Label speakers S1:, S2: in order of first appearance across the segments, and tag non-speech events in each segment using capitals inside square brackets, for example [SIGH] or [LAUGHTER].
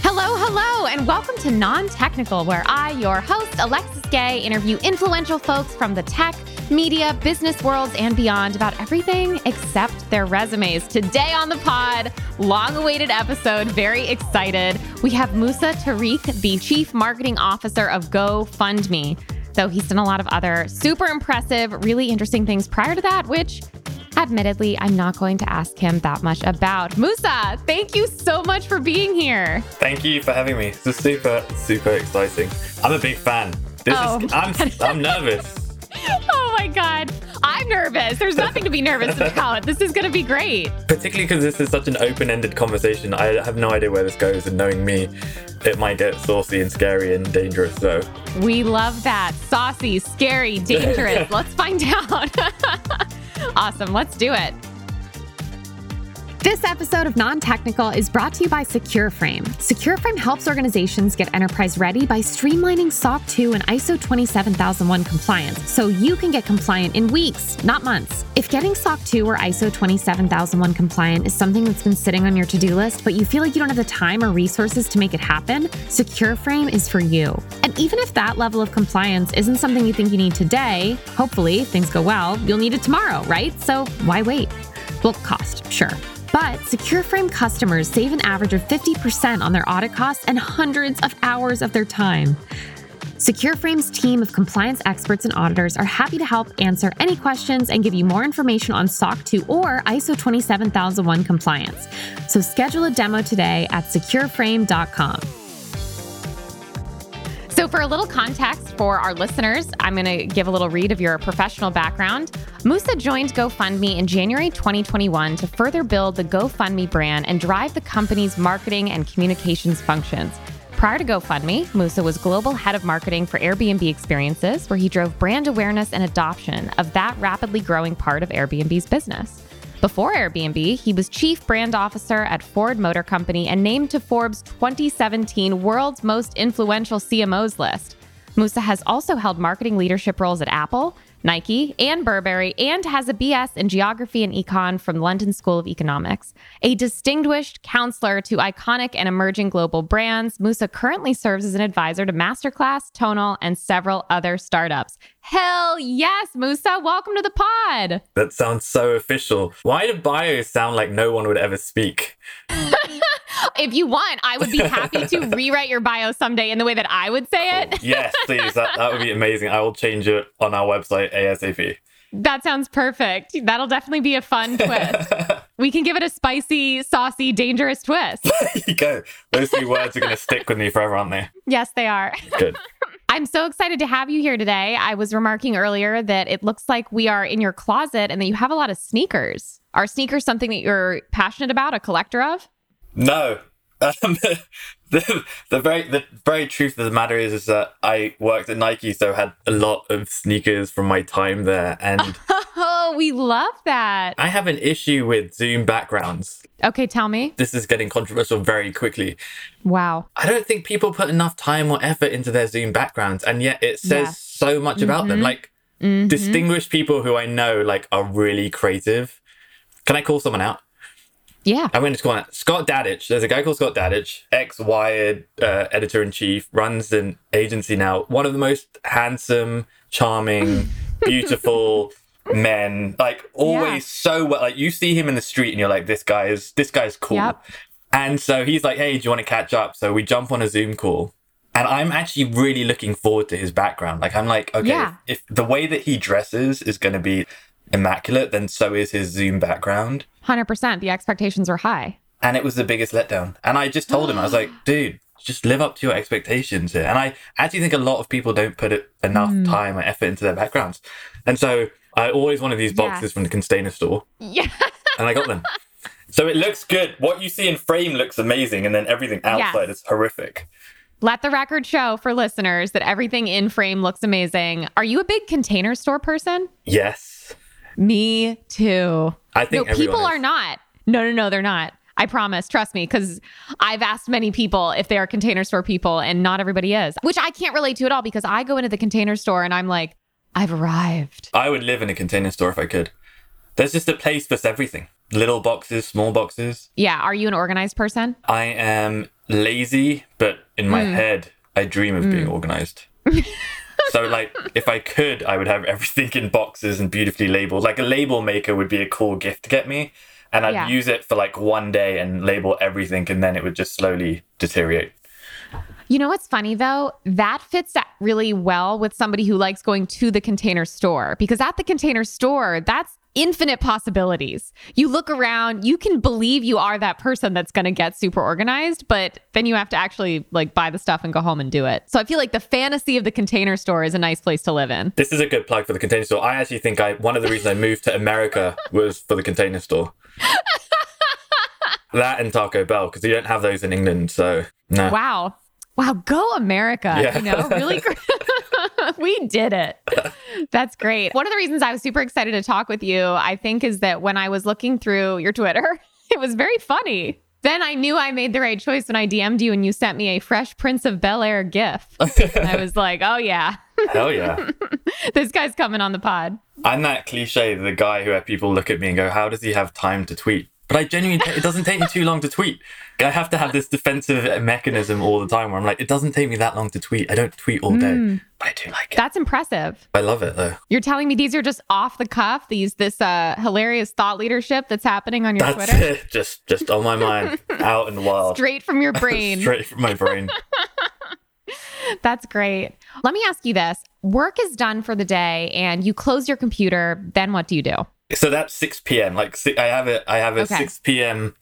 S1: Hello, hello, and welcome to Non Technical, where I, your host, Alexis Gay, interview influential folks from the tech, media, business worlds, and beyond about everything except their resumes. Today on the pod, long awaited episode, very excited. We have Musa Tariq, the Chief Marketing Officer of GoFundMe, though he's done a lot of other super impressive, really interesting things prior to that, which Admittedly, I'm not going to ask him that much about. Musa, thank you so much for being here.
S2: Thank you for having me. This is super, super exciting. I'm a big fan. This
S1: Oh
S2: is
S1: my
S2: I'm I'm nervous.
S1: Oh my God. I'm nervous. There's nothing to be nervous about. This is going to be great.
S2: Particularly because this is such an open-ended conversation. I have no idea where this goes, and knowing me, it might get saucy and scary and dangerous. So
S1: We love that. Saucy, scary, dangerous. Let's find out. [LAUGHS] awesome. Let's do it. This episode of Non Technical is brought to you by SecureFrame. SecureFrame helps organizations get enterprise ready by streamlining SOC 2 and ISO 27001 compliance so you can get compliant in weeks, not months. If getting SOC 2 or ISO 27001 compliant is something that's been sitting on your to do list, but you feel like you don't have the time or resources to make it happen, SecureFrame is for you. And even if that level of compliance isn't something you think you need today, hopefully, if things go well, you'll need it tomorrow, right? So why wait? Will cost, sure. But SecureFrame customers save an average of 50% on their audit costs and hundreds of hours of their time. SecureFrame's team of compliance experts and auditors are happy to help answer any questions and give you more information on SOC 2 or ISO 27001 compliance. So schedule a demo today at secureframe.com. So, for a little context for our listeners, I'm going to give a little read of your professional background. Musa joined GoFundMe in January 2021 to further build the GoFundMe brand and drive the company's marketing and communications functions. Prior to GoFundMe, Musa was global head of marketing for Airbnb experiences, where he drove brand awareness and adoption of that rapidly growing part of Airbnb's business. Before Airbnb, he was chief brand officer at Ford Motor Company and named to Forbes 2017 World's Most Influential CMOs list. Musa has also held marketing leadership roles at Apple, Nike, and Burberry, and has a BS in geography and econ from London School of Economics. A distinguished counselor to iconic and emerging global brands, Musa currently serves as an advisor to Masterclass, Tonal, and several other startups. Hell yes, Musa, welcome to the pod.
S2: that sounds so official. Why do bios sound like no one would ever speak?
S1: If you want, I would be happy [LAUGHS] to rewrite your bio someday in the way that I would say it.
S2: Yes, please. That that would be amazing. I will change it on our website [LAUGHS] asap.
S1: That sounds perfect. That'll definitely be a [LAUGHS] fun twist. we can give it a spicy, saucy, dangerous [LAUGHS] twist.
S2: you go. Those three words are going to stick with me forever, aren't they?
S1: yes, they are.
S2: Good.
S1: I'm so excited to have you here today. I was remarking earlier that it looks like we are in your closet and that you have a lot of sneakers. Are sneakers something that you're passionate about, a collector of?
S2: No. Um, [LAUGHS] the, the very the very truth of the matter is is that I worked at Nike, so had a lot of sneakers from my time there, and
S1: [LAUGHS] Oh, we love that.
S2: I have an issue with Zoom backgrounds.
S1: Okay, tell me.
S2: This is getting controversial very quickly.
S1: Wow.
S2: I don't think people put enough time or effort into their Zoom backgrounds, and yet it says
S1: Yeah.
S2: so much about them. Like distinguished people who I know like are really creative. Can I call someone out?
S1: Yeah.
S2: I'm going to call it Scott Dadich. There's a guy called Scott Dadich, ex Wired uh, editor in chief, runs an agency now. One of the most handsome,
S1: [LAUGHS]
S2: charming, beautiful men. Like always
S1: Yeah.
S2: so well. Like you see him in the street and you're like, this guy is this guy's cool.
S1: Yep.
S2: And so he's like, hey, do you want to catch up? So we jump on a Zoom call. And I'm actually really looking forward to his background. Like I'm like, okay,
S1: Yeah.
S2: if the way that he dresses is going to be immaculate, then so is his Zoom background
S1: 100%. The expectations are high.
S2: and it was the biggest letdown. And I just told him, I
S1: [GASPS]
S2: was like, dude, just live up to your expectations here. And I actually think a lot of people don't put it, enough
S1: Hmm.
S2: time and effort into their backgrounds. And so I always wanted these boxes
S1: Yes.
S2: from the container store,
S1: Yeah.
S2: and I
S1: [LAUGHS]
S2: got them. so it looks good. What you see in frame looks amazing, and then everything outside is horrific.
S1: Let the record show for listeners that everything in frame looks amazing. Are you a big container store person?
S2: Yes.
S1: Me too.
S2: I think
S1: no, people
S2: everyone
S1: are
S2: is.
S1: not. No, no, no, they're not. I promise. Trust me, because I've asked many people if they are container store people, and not everybody is, which I can't relate to at all because I go into the container store and I'm like, I've arrived.
S2: I would live in a container store if I could. There's just a place for everything little boxes, small boxes.
S1: Yeah. Are you an organized person?
S2: I am lazy, but in
S1: Hmm.
S2: my head, I dream of being organized. [LAUGHS] so, like, if I could, I would have everything in boxes and beautifully labeled. Like, a label maker would be a cool gift to get me. And I'd
S1: Yeah.
S2: use it for like one day and label everything, and then it would just slowly deteriorate.
S1: You know what's funny though? That fits that really well with somebody who likes going to the container store because at the container store, that's infinite possibilities. You look around, you can believe you are that person that's going to get super organized, but then you have to actually like buy the stuff and go home and do it. So I feel like the fantasy of the container store is a nice place to live in.
S2: This is a good plug for the container store. I actually think I one of the reasons I moved to America was for the
S1: [LAUGHS]
S2: container store. that and Taco Bell, because you don't have those in England, so no.
S1: Wow. Wow, go America.
S2: Yeah.
S1: You know,
S2: [LAUGHS]
S1: really gr- [LAUGHS] we did it. That's great. One of the reasons I was super excited to talk with you, I think, is that when I was looking through your Twitter, [LAUGHS] it was very funny. Then I knew I made the right choice when I DM'd you and you sent me a Fresh Prince of Bel Air GIF.
S2: [LAUGHS]
S1: And I was like, oh, yeah,
S2: Hell yeah.
S1: this guy's coming on the pod.
S2: I'm that cliche, the guy who had people look at me and go, How does he have time to tweet? But I genuinely, it doesn't take me too long to tweet. I have to have this defensive mechanism all the time where I'm like, It doesn't take me that long to tweet. I don't tweet all day,
S1: Hmm.
S2: but I do like it.
S1: That's impressive.
S2: I love it though.
S1: You're telling me these are just off the cuff, these this uh, hilarious thought leadership that's happening on your
S2: That's
S1: Twitter?
S2: it. [LAUGHS] Just, just on my mind, out and wild,
S1: Straight from
S2: [LAUGHS]
S1: your brain.
S2: straight from my brain.
S1: That's great. Let me ask you this work is done for the day and you close your computer, then what do [LAUGHS] you do?
S2: So that's six p.m. Like si- I have a I have a
S1: Okay.
S2: six p.m.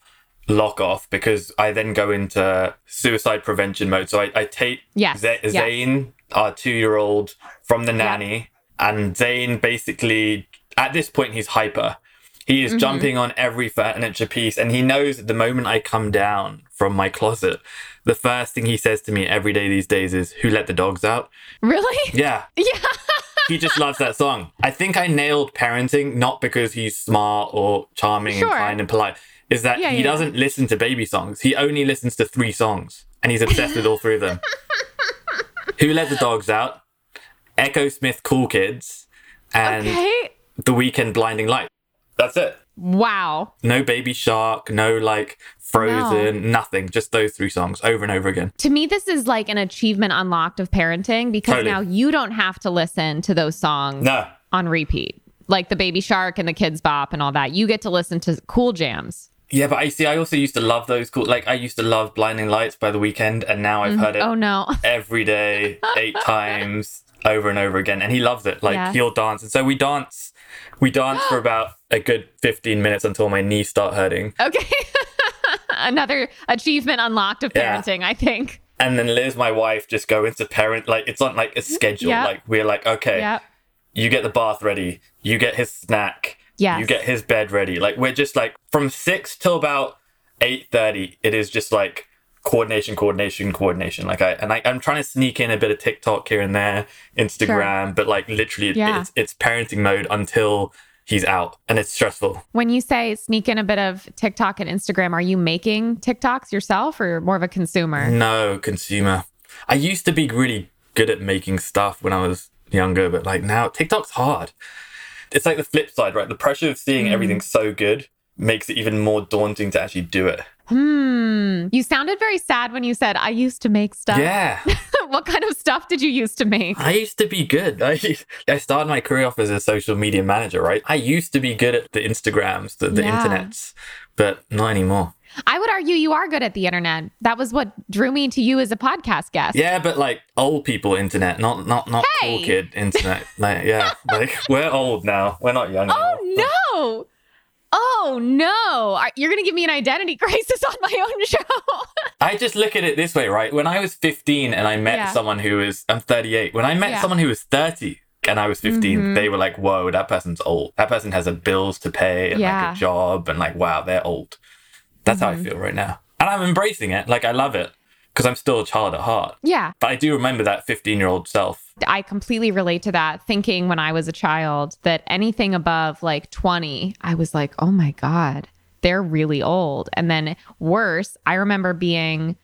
S2: lock off because I then go into suicide prevention mode. So I, I take
S1: Yes,
S2: Za-
S1: yes.
S2: Zane, our two year old, from the nanny, and Zane basically at this point he's hyper. He
S1: Mm-hmm.
S2: is jumping on every furniture piece, and he knows that the moment I come down from my closet, the first thing he says to me every day these days is, "Who let the dogs out?"
S1: Really?
S2: Yeah,
S1: Yeah. [LAUGHS]
S2: he just loves that song. I think I nailed parenting not because he's smart or charming
S1: Sure.
S2: and kind and polite. Is that
S1: Yeah,
S2: he
S1: yeah, yeah.
S2: doesn't listen to baby songs. He only listens to three songs and he's obsessed with all three
S1: [LAUGHS]
S2: of them. Who Let the Dogs Out? Echo Smith Cool Kids and
S1: Okay.
S2: The Weekend Blinding Light. That's it.
S1: Wow.
S2: No Baby Shark, no like Frozen, nothing. Just those three songs over and over again.
S1: To me, this is like an achievement unlocked of parenting because
S2: Totally.
S1: now you don't have to listen to those songs
S2: No,
S1: on repeat, like the Baby Shark and the Kids Bop and all that. You get to listen to cool jams.
S2: Yeah, but I see. I also used to love those cool. Like I used to love "Blinding Lights" by The Weekend, and now I've heard it
S1: Oh, no. [LAUGHS]
S2: every day, eight times, over and over again. And he loves it. Like
S1: Yes.
S2: he'll dance, and so we dance. We dance
S1: [GASPS]
S2: for about a good fifteen minutes until my knees start hurting,
S1: Okay. [LAUGHS] Another achievement unlocked of
S2: Yeah.
S1: parenting, I think.
S2: and then Liz, my wife, just go into parent. Like it's on like a schedule.
S1: Yep.
S2: Like we're like, okay,
S1: Yep.
S2: you get the bath ready, you get his snack,
S1: Yes.
S2: you get his bed ready. Like we're just like from six till about eight thirty, it is just like coordination, coordination, coordination. Like I and I, I'm trying to sneak in a bit of TikTok here and there, Instagram, but like literally it-
S1: Yeah.
S2: it's it's parenting mode until he's out and it's stressful.
S1: When you say sneak in a bit of TikTok and Instagram, are you making TikToks yourself or more of a consumer?
S2: No, consumer. I used to be really good at making stuff when I was younger, but like now TikTok's hard. It's like the flip side, right? The pressure of seeing
S1: Mm.
S2: everything so good makes it even more daunting to actually do it.
S1: Hmm. You sounded very sad when you said, I used to make stuff.
S2: Mm. Yeah.
S1: [LAUGHS] what kind of stuff did you used to make?
S2: I used to be good. [LAUGHS] I, I started my career off as a social media manager, right? I used to be good at the Instagrams, the, the
S1: Yeah.
S2: internets, but not anymore.
S1: I would argue you are good at the internet. That was what drew me to you as a podcast guest.
S2: Yeah, but like old people internet, not not not
S1: Hey!
S2: cool kid internet.
S1: [LAUGHS]
S2: Like yeah, like we're old now. We're not young. anymore.
S1: Oh, no. Oh, no. Are- You're going to give me an identity [LAUGHS] crisis on my own
S2: [LAUGHS]
S1: show.
S2: I just look at it this way, right? When I was 15 and I met
S1: Yeah.
S2: someone who was, I'm 38. When I met
S1: Yeah. Mm-hmm.
S2: someone who was 30 and I was 15, they were like, whoa, that person's old. That person has a bills to pay and
S1: Yeah. Mm-hmm.
S2: like a job and like, wow, they're old. That's how I feel right now. And I'm embracing it. Like, I love it because I'm still a child at heart.
S1: yeah.
S2: But I do remember that 15 year old self.
S1: I completely relate to that thinking when I was a child that anything above like 20, I was like, oh my God, they're really old. And then worse, I remember being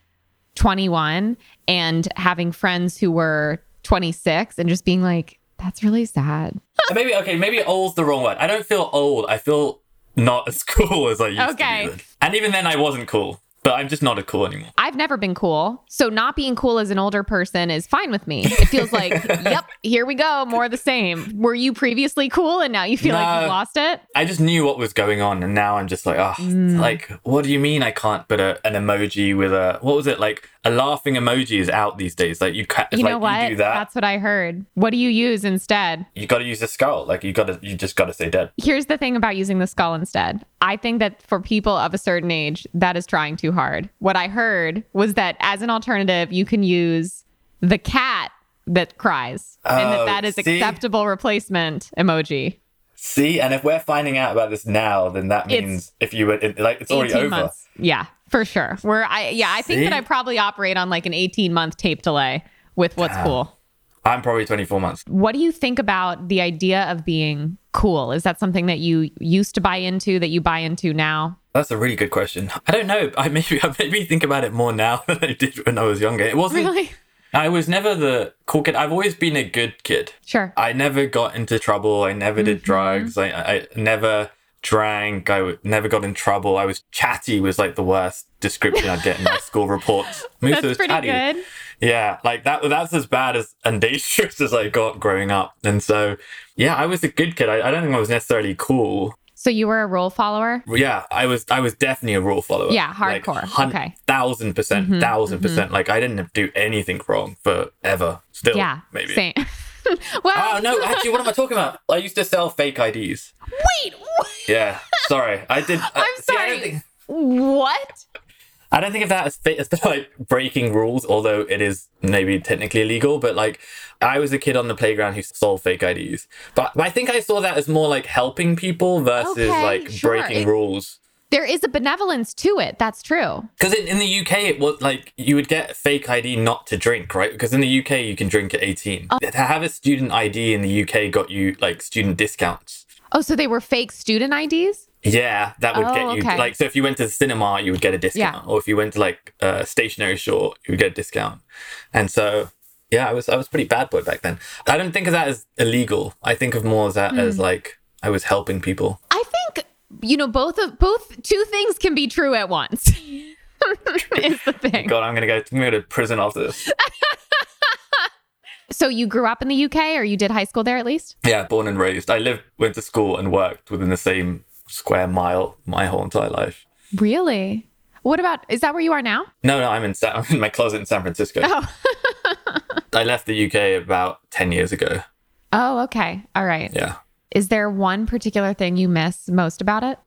S1: 21 and having friends who were 26 and just being like, that's really sad.
S2: And maybe, okay, maybe old's the wrong word. I don't feel old. I feel not [LAUGHS] as cool as I used to
S1: Okay.
S2: be. then. And even then, I wasn't cool. but I'm just not a cool anymore.
S1: I've never been cool. So not being cool as an older person is fine with me. It feels like, yep, here we go, more of the same. Were you previously cool and now you feel like you
S2: No.
S1: lost it?
S2: I just knew what was going on, and now I'm just like, oh,
S1: Mm.
S2: like, what do you mean I can't put a, an emoji with a what was it like a laughing emoji is out these days? Like you can't, it's
S1: You
S2: like
S1: know what?
S2: you do that,
S1: That's what I heard. What do you use instead?
S2: you got to use the skull. Like you got to, you just got to say dead.
S1: Here's the thing about using the skull instead. I think that for people of a certain age, that is trying too hard. What I heard was that as an alternative, you can use the cat that cries and that
S2: Oh,
S1: that is
S2: see?
S1: acceptable replacement emoji.
S2: See, and if we're finding out about this now, then that
S1: It's-
S2: means if you were it, like, it's already
S1: 18
S2: over.
S1: months. Yeah, for sure. Where I yeah, I think
S2: See?
S1: that I probably operate on like an 18 month tape delay with what's cool.
S2: I'm probably 24 months.
S1: What do you think about the idea of being cool? Is that something that you used to buy into that you buy into now?
S2: That's a really good question. I don't know. I [LAUGHS] maybe I maybe think about it more now [LAUGHS] than I did when I was younger. It wasn't.
S1: [LAUGHS] Really?
S2: I was never the cool kid. I've always been a good kid.
S1: Sure.
S2: I never got into trouble. I never
S1: Mm-hmm.
S2: did drugs. I, I never drank. I w- never got in trouble. I was chatty. Was like the worst description I'd get in my school reports.
S1: [LAUGHS]
S2: Musa
S1: That's
S2: was
S1: pretty
S2: chatty.
S1: good.
S2: Yeah, like that. That's as bad as and dangerous [LAUGHS] as I got growing up. And so, yeah, I was a good kid. I, I don't think I was necessarily cool.
S1: So you were a rule follower?
S2: Yeah, I was. I was definitely a rule follower.
S1: Yeah, hardcore. Okay. Mm-hmm.
S2: thousand percent, 1000 percent. Like I didn't do anything wrong forever. Still,
S1: yeah.
S2: maybe.
S1: Same. [LAUGHS] well,
S2: Oh no! Actually, what am I talking about? I used to sell fake IDs.
S1: wait. What?
S2: Yeah, sorry, I did. I,
S1: [LAUGHS] I'm
S2: see, I
S1: sorry.
S2: don't think,
S1: what?
S2: I don't think of that as, fit, as like breaking rules, although it is maybe technically illegal. But like, I was a kid on the playground who sold fake IDs. But, but I think I saw that as more like helping people versus
S1: Okay,
S2: like
S1: sure.
S2: breaking
S1: It-
S2: rules.
S1: There is a benevolence to it. That's true.
S2: Because in, in the UK, it was like you would get fake ID not to drink, right? Because in the UK, you can drink at 18.
S1: Oh.
S2: To have a student ID in the UK got you like student discounts.
S1: Oh, so they were fake student IDs?
S2: Yeah, that would
S1: Oh,
S2: get you
S1: okay.
S2: like so if you went to the cinema, you would get a discount, or if you went to like a stationary store, you would get a discount. And so, yeah, I was I was pretty bad boy back then. I don't think of that as illegal. I think of more as that as
S1: Hmm.
S2: like I was helping people.
S1: I think you know both of both two things can be true at once. [LAUGHS] is the
S2: [LAUGHS]
S1: thing.
S2: God, I'm gonna go. I'm gonna go to prison after
S1: [LAUGHS]
S2: this.
S1: So you grew up in the UK or you did high school there at least?
S2: yeah, born and raised. I lived, went to school, and worked within the same square mile my whole entire life.
S1: Really? What about is that where you are now?
S2: No, no, I'm in Sa- [LAUGHS] I'm in my closet in San Francisco.
S1: Oh. [LAUGHS]
S2: I left the UK about ten years ago.
S1: Oh, okay. All right.
S2: Yeah,
S1: Is there one particular thing you miss most about it?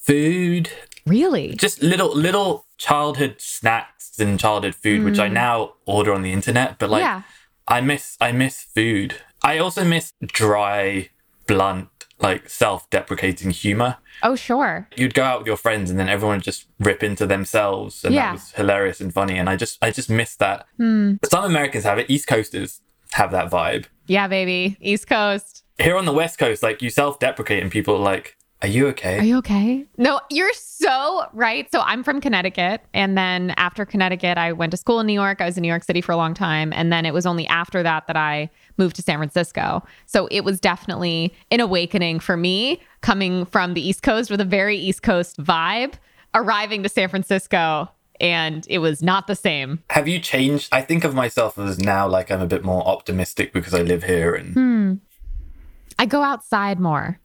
S2: food.
S1: Really?
S2: just little little childhood snacks and childhood food which i now order on the internet but like
S1: Mm. Yeah.
S2: i miss i miss food i also miss dry blunt like self-deprecating humor
S1: oh, sure.
S2: you'd go out with your friends and then everyone would just rip into themselves and
S1: Yeah. Hmm.
S2: that was hilarious and funny and i just i just miss that some americans have it east coasters have that vibe
S1: Yeah, baby. East Coast.
S2: here on the west coast like you self-deprecate and people are like are you okay
S1: Are you okay? No, you're so right. So I'm from Connecticut. And then after Connecticut, I went to school in New York. I was in New York City for a long time. And then it was only after that that I moved to San Francisco. So it was definitely an awakening for me coming from the East Coast with a very East Coast vibe, arriving to San Francisco. And it was not the same.
S2: Have you changed? I think of myself as now like I'm a bit more optimistic because I live here and
S1: I go outside more.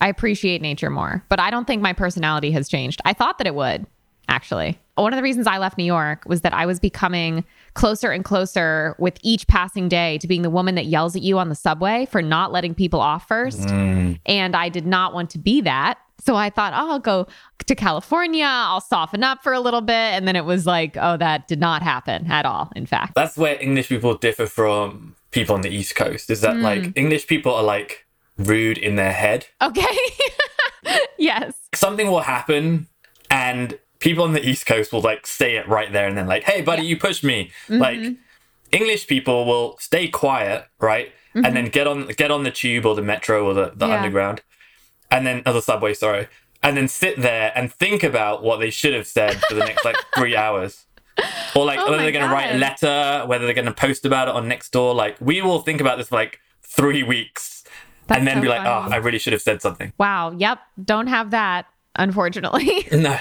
S1: I appreciate nature more, but I don't think my personality has changed. I thought that it would, actually. One of the reasons I left New York was that I was becoming closer and closer with each passing day to being the woman that yells at you on the subway for not letting people off first. And I did not want to be that. So I thought, oh, I'll go to California. I'll soften up for a little bit. And then it was like, oh, that did not happen at all, in fact.
S2: that's where English people differ from people on the East Coast. Is that like English people are like rude in their head?
S1: Okay. [LAUGHS] yes.
S2: Something will happen and people on the East Coast will like say it right there and then like, "Hey buddy, you pushed me."
S1: Mm-hmm.
S2: Like English people will stay quiet, right? And then get on get on the tube or the metro or the, the
S1: Mm-hmm. Yeah.
S2: underground. And then or the subway, sorry. And then sit there and think about what they should have said for the
S1: [LAUGHS]
S2: next like three hours. Or like
S1: Oh
S2: whether
S1: my
S2: they're gonna write a
S1: God.
S2: letter, whether they're gonna post about it on Nextdoor. Like we will think about this for like three weeks.
S1: That's
S2: and then
S1: so
S2: be like,
S1: funny.
S2: oh, I really should have said something.
S1: [LAUGHS] Wow. Yep. Don't have that, unfortunately.
S2: No.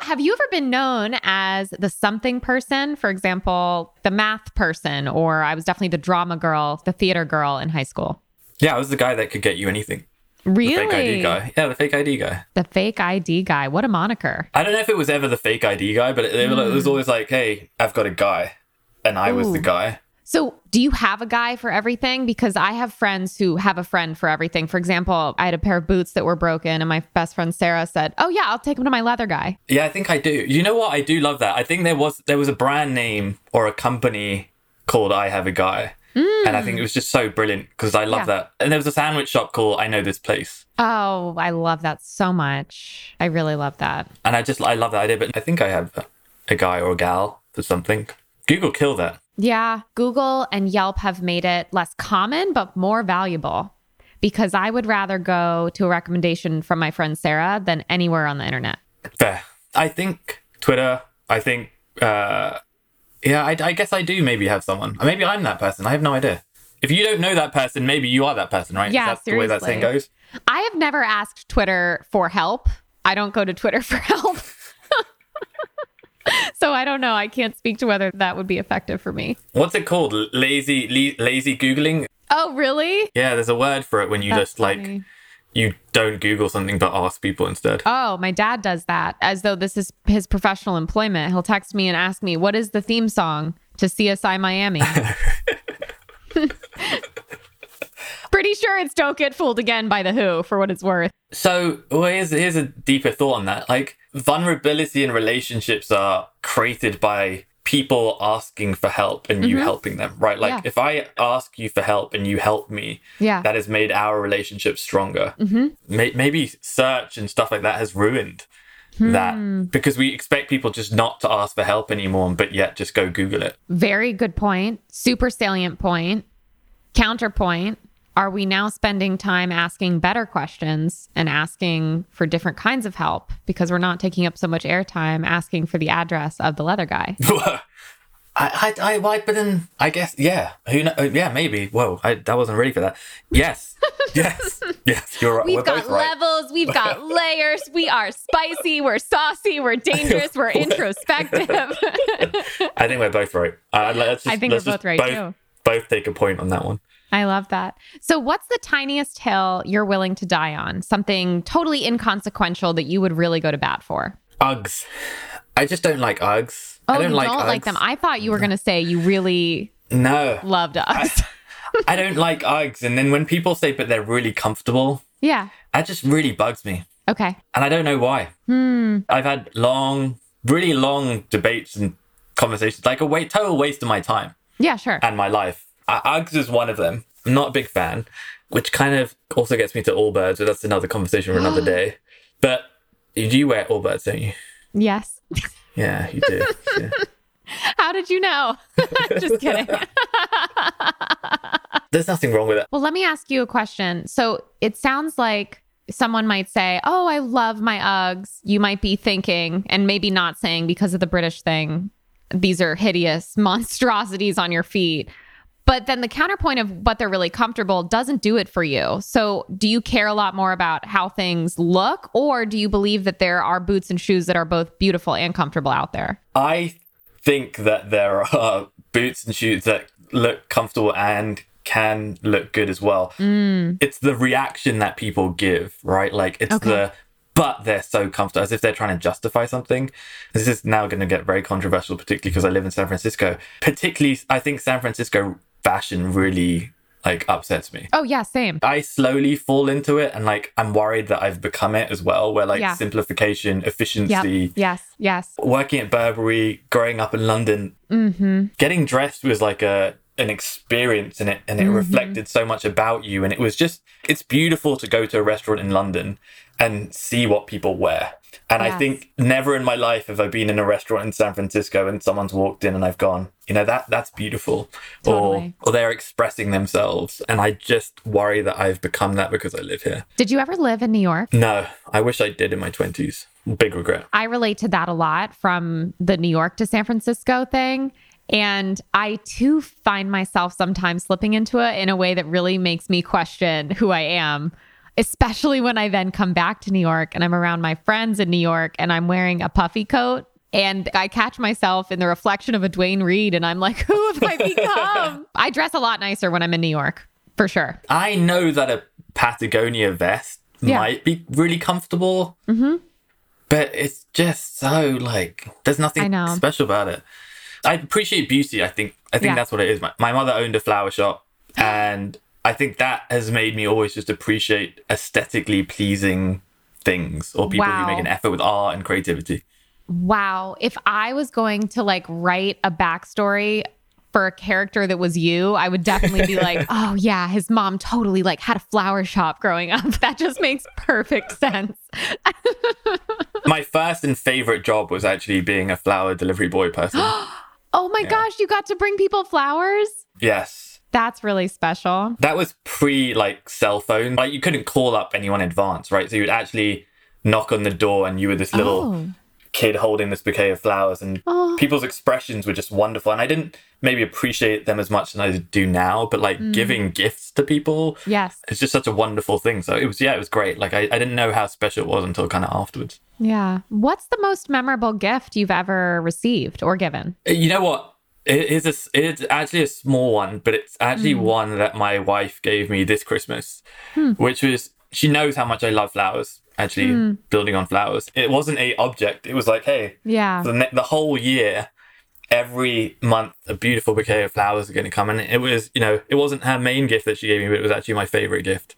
S1: have you ever been known as the something person? For example, the math person, or I was definitely the drama girl, the theater girl in high school.
S2: Yeah, I was the guy that could get you anything.
S1: Really?
S2: Fake ID guy. Yeah, the fake ID guy.
S1: The fake ID guy. What a moniker.
S2: I don't know if it was ever the fake ID guy, but it, it was- it was always like, hey, I've got a guy. And I was the
S1: Hmm. Ooh.
S2: guy.
S1: So, do you have a guy for everything? Because I have friends who have a friend for everything. For example, I had a pair of boots that were broken, and my best friend Sarah said, Oh, yeah, I'll take them to my leather guy.
S2: Yeah, I think I do. You know what? I do love that. I think there was there was a brand name or a company called I Have a Guy. And I think it was just so brilliant because I love
S1: Hmm. Yeah.
S2: that. And there was a sandwich shop called I Know This Place.
S1: Oh, I love that so much. I really love that.
S2: And I just I love that idea, but I think I have a- a guy or a gal for something. Google kill that.
S1: Yeah, Google and Yelp have made it less common, but more valuable because I would rather go to a recommendation from my friend Sarah than anywhere on the internet.
S2: Fair. I think Twitter. I think uh yeah, I, I guess I do maybe have someone. Maybe I'm that person. I have no idea. If you don't know that person, maybe you are that person, right?
S1: Yeah,
S2: That's the way that saying
S1: seriously.
S2: goes.
S1: I have never asked Twitter for help. I don't go to Twitter [LAUGHS] for help. so I don't know. I can't speak to whether that would be effective for me.
S2: What's it called? L- Lazy le- lazy googling?
S1: Oh, really?
S2: Yeah, there's a word for it when you
S1: That's
S2: just like
S1: funny.
S2: you don't Google something but ask people instead.
S1: Oh, my dad does that as though this is his professional employment. He'll text me and ask me, What is the theme song to CSI Miami? Pretty sure it's Don't Get Fooled Again by The Who, for what it's worth.
S2: So well, here's here's a deeper thought on that. Like vulnerability in relationships are created by people asking for help and you helping them, right? Like
S1: Mm-hmm. Yeah.
S2: if I ask you for help and you help me,
S1: Yeah. Mm-hmm.
S2: that has made our relationship stronger. May- maybe search and stuff like that has ruined
S1: Hmm.
S2: that because we expect people just not to ask for help anymore, but yet just go Google it.
S1: Very good point. Super salient point. Counterpoint. Are we now spending time asking better questions and asking for different kinds of help because we're not taking up so much airtime asking for the address of the leather guy?
S2: [LAUGHS] I, I, I, why, but then I guess, yeah, who know? Yeah, maybe. Whoa, I, that wasn't ready for that.
S1: [LAUGHS]
S2: Yes, yes, yes. You're right. We're
S1: We've
S2: both
S1: got
S2: right.
S1: levels, we've
S2: [LAUGHS]
S1: got layers, we are spicy, we're saucy, we're dangerous,
S2: [LAUGHS]
S1: we're introspective.
S2: I think we're both right.
S1: [LAUGHS]
S2: Uh, let's just,
S1: I think
S2: let's
S1: we're
S2: just
S1: both right, too.
S2: Both take a point on that one.
S1: I love that. So, what's the tiniest hill you're willing to die on? Something totally inconsequential that you would really go to bat for?
S2: Uggs. I just don't like Uggs.
S1: Oh,
S2: I don't
S1: you
S2: like
S1: don't
S2: Uggs.
S1: like them. I thought you were going to say you really
S2: no,
S1: loved us.
S2: I don't like Uggs. And then when people say, but they're really comfortable,
S1: [LAUGHS] yeah.
S2: that just really bugs me.
S1: Okay.
S2: And I don't know why.
S1: Hmm.
S2: I've had long, really long debates and conversations, like a wait, total waste of my time.
S1: Yeah, sure.
S2: and my life. Uh, Uggs is one of them. I'm not a big fan, which kind of also gets me to Allbirds, but that's another conversation for another day. But you do wear Allbirds, don't you?
S1: yes. [LAUGHS]
S2: Yeah, you do. Yeah.
S1: How did you know? [LAUGHS] Just kidding.
S2: There's nothing wrong with it.
S1: Well, let me ask you a question. So it sounds like someone might say, Oh, I love my Uggs. You might be thinking, and maybe not saying because of the British thing, these are hideous [LAUGHS] monstrosities on your feet. But then the counterpoint of but they're really comfortable doesn't do it for you. So do you care a lot more about how things look, or do you believe that there are boots and shoes that are both beautiful and comfortable out there?
S2: I think that there are boots and shoes that look comfortable and can look good as well. It's the reaction that people give, right? Like it's
S1: Mm. Okay.
S2: the but they're so comfortable as if they're trying to justify something. This is now going to get very controversial, particularly because I live in San Francisco. Particularly, I think San Francisco fashion really like upsets me.
S1: Oh, yeah, same.
S2: I slowly fall into it, and like I'm worried that I've become it as well. Where like
S1: Yeah.
S2: simplification,
S1: Yeah.
S2: efficiency,
S1: Yes. Yes.
S2: working at Burberry, growing up in London,
S1: Mm-hmm.
S2: getting dressed was like a an experience and it and
S1: Mm-hmm.
S2: it reflected so much about you and it was just it's beautiful to go to a restaurant in London and see what people wear. And I
S1: Yes.
S2: think never in my life have I been in a restaurant in San Francisco and someone's walked in and I've gone, you know, that that's beautiful.
S1: Totally.
S2: Or or they're expressing themselves. And I just worry that I've become that because I live here.
S1: Did you ever live in New York?
S2: No, I wish I did in my twenties. Big regret.
S1: I relate to that a lot from the New York to San Francisco thing. And I too find myself sometimes slipping into it in a way that really makes me question who I am especially when I then come back to New York and I'm around my friends in New York and I'm wearing a puffy coat. And I catch myself in the reflection of a Dwayne Reed, and I'm like, who have I become? I dress a lot nicer when I'm in New York, for sure.
S2: I know that a Patagonia vest
S1: Yeah. Mm-hmm.
S2: might be really comfortable, but it's just so like there's
S1: I
S2: nothing
S1: know.
S2: special about it. I appreciate beauty. I think I think
S1: Yeah.
S2: that's what it is. My, my mother owned a
S1: [GASPS]
S2: flower shop, and I think that has made me always just appreciate aesthetically pleasing things or people who
S1: Wow.
S2: make an effort with art and creativity.
S1: Wow. If I was going to like write a backstory for a character that was you, I would definitely be
S2: [LAUGHS]
S1: like, oh, yeah, his mom totally like had a flower shop growing up. [LAUGHS] That just makes perfect sense.
S2: my first and favorite job was actually being a flower delivery boy person.
S1: [GASPS] Oh my gosh, you got to bring people flowers?
S2: yes.
S1: That's really special.
S2: That was pre like cell phone. Like you couldn't call up anyone in advance, right? So you would actually knock on the door and you were this little
S1: Oh.
S2: kid holding this bouquet of flowers and
S1: Oh.
S2: people's expressions were just wonderful. And I didn't maybe appreciate them as much as I do now, but like
S1: Mm.
S2: giving gifts to people
S1: Yes.
S2: it's just such a wonderful thing. So it was yeah, it was great. Like I, I didn't know how special it was until kind of afterwards.
S1: Yeah. What's the most memorable gift you've ever received or given?
S2: Uh, You know what? It is a, s- it's actually a small one, but it's actually one that my wife gave me this Christmas, which was she knows how much I love flowers. Actually, building on flowers, it wasn't a object. It was like, hey,
S1: Yeah.
S2: the, ne- the whole year, every month, a beautiful bouquet of flowers are going to come, and it was, you know, it wasn't her main gift that she gave me, but it was actually my favorite gift.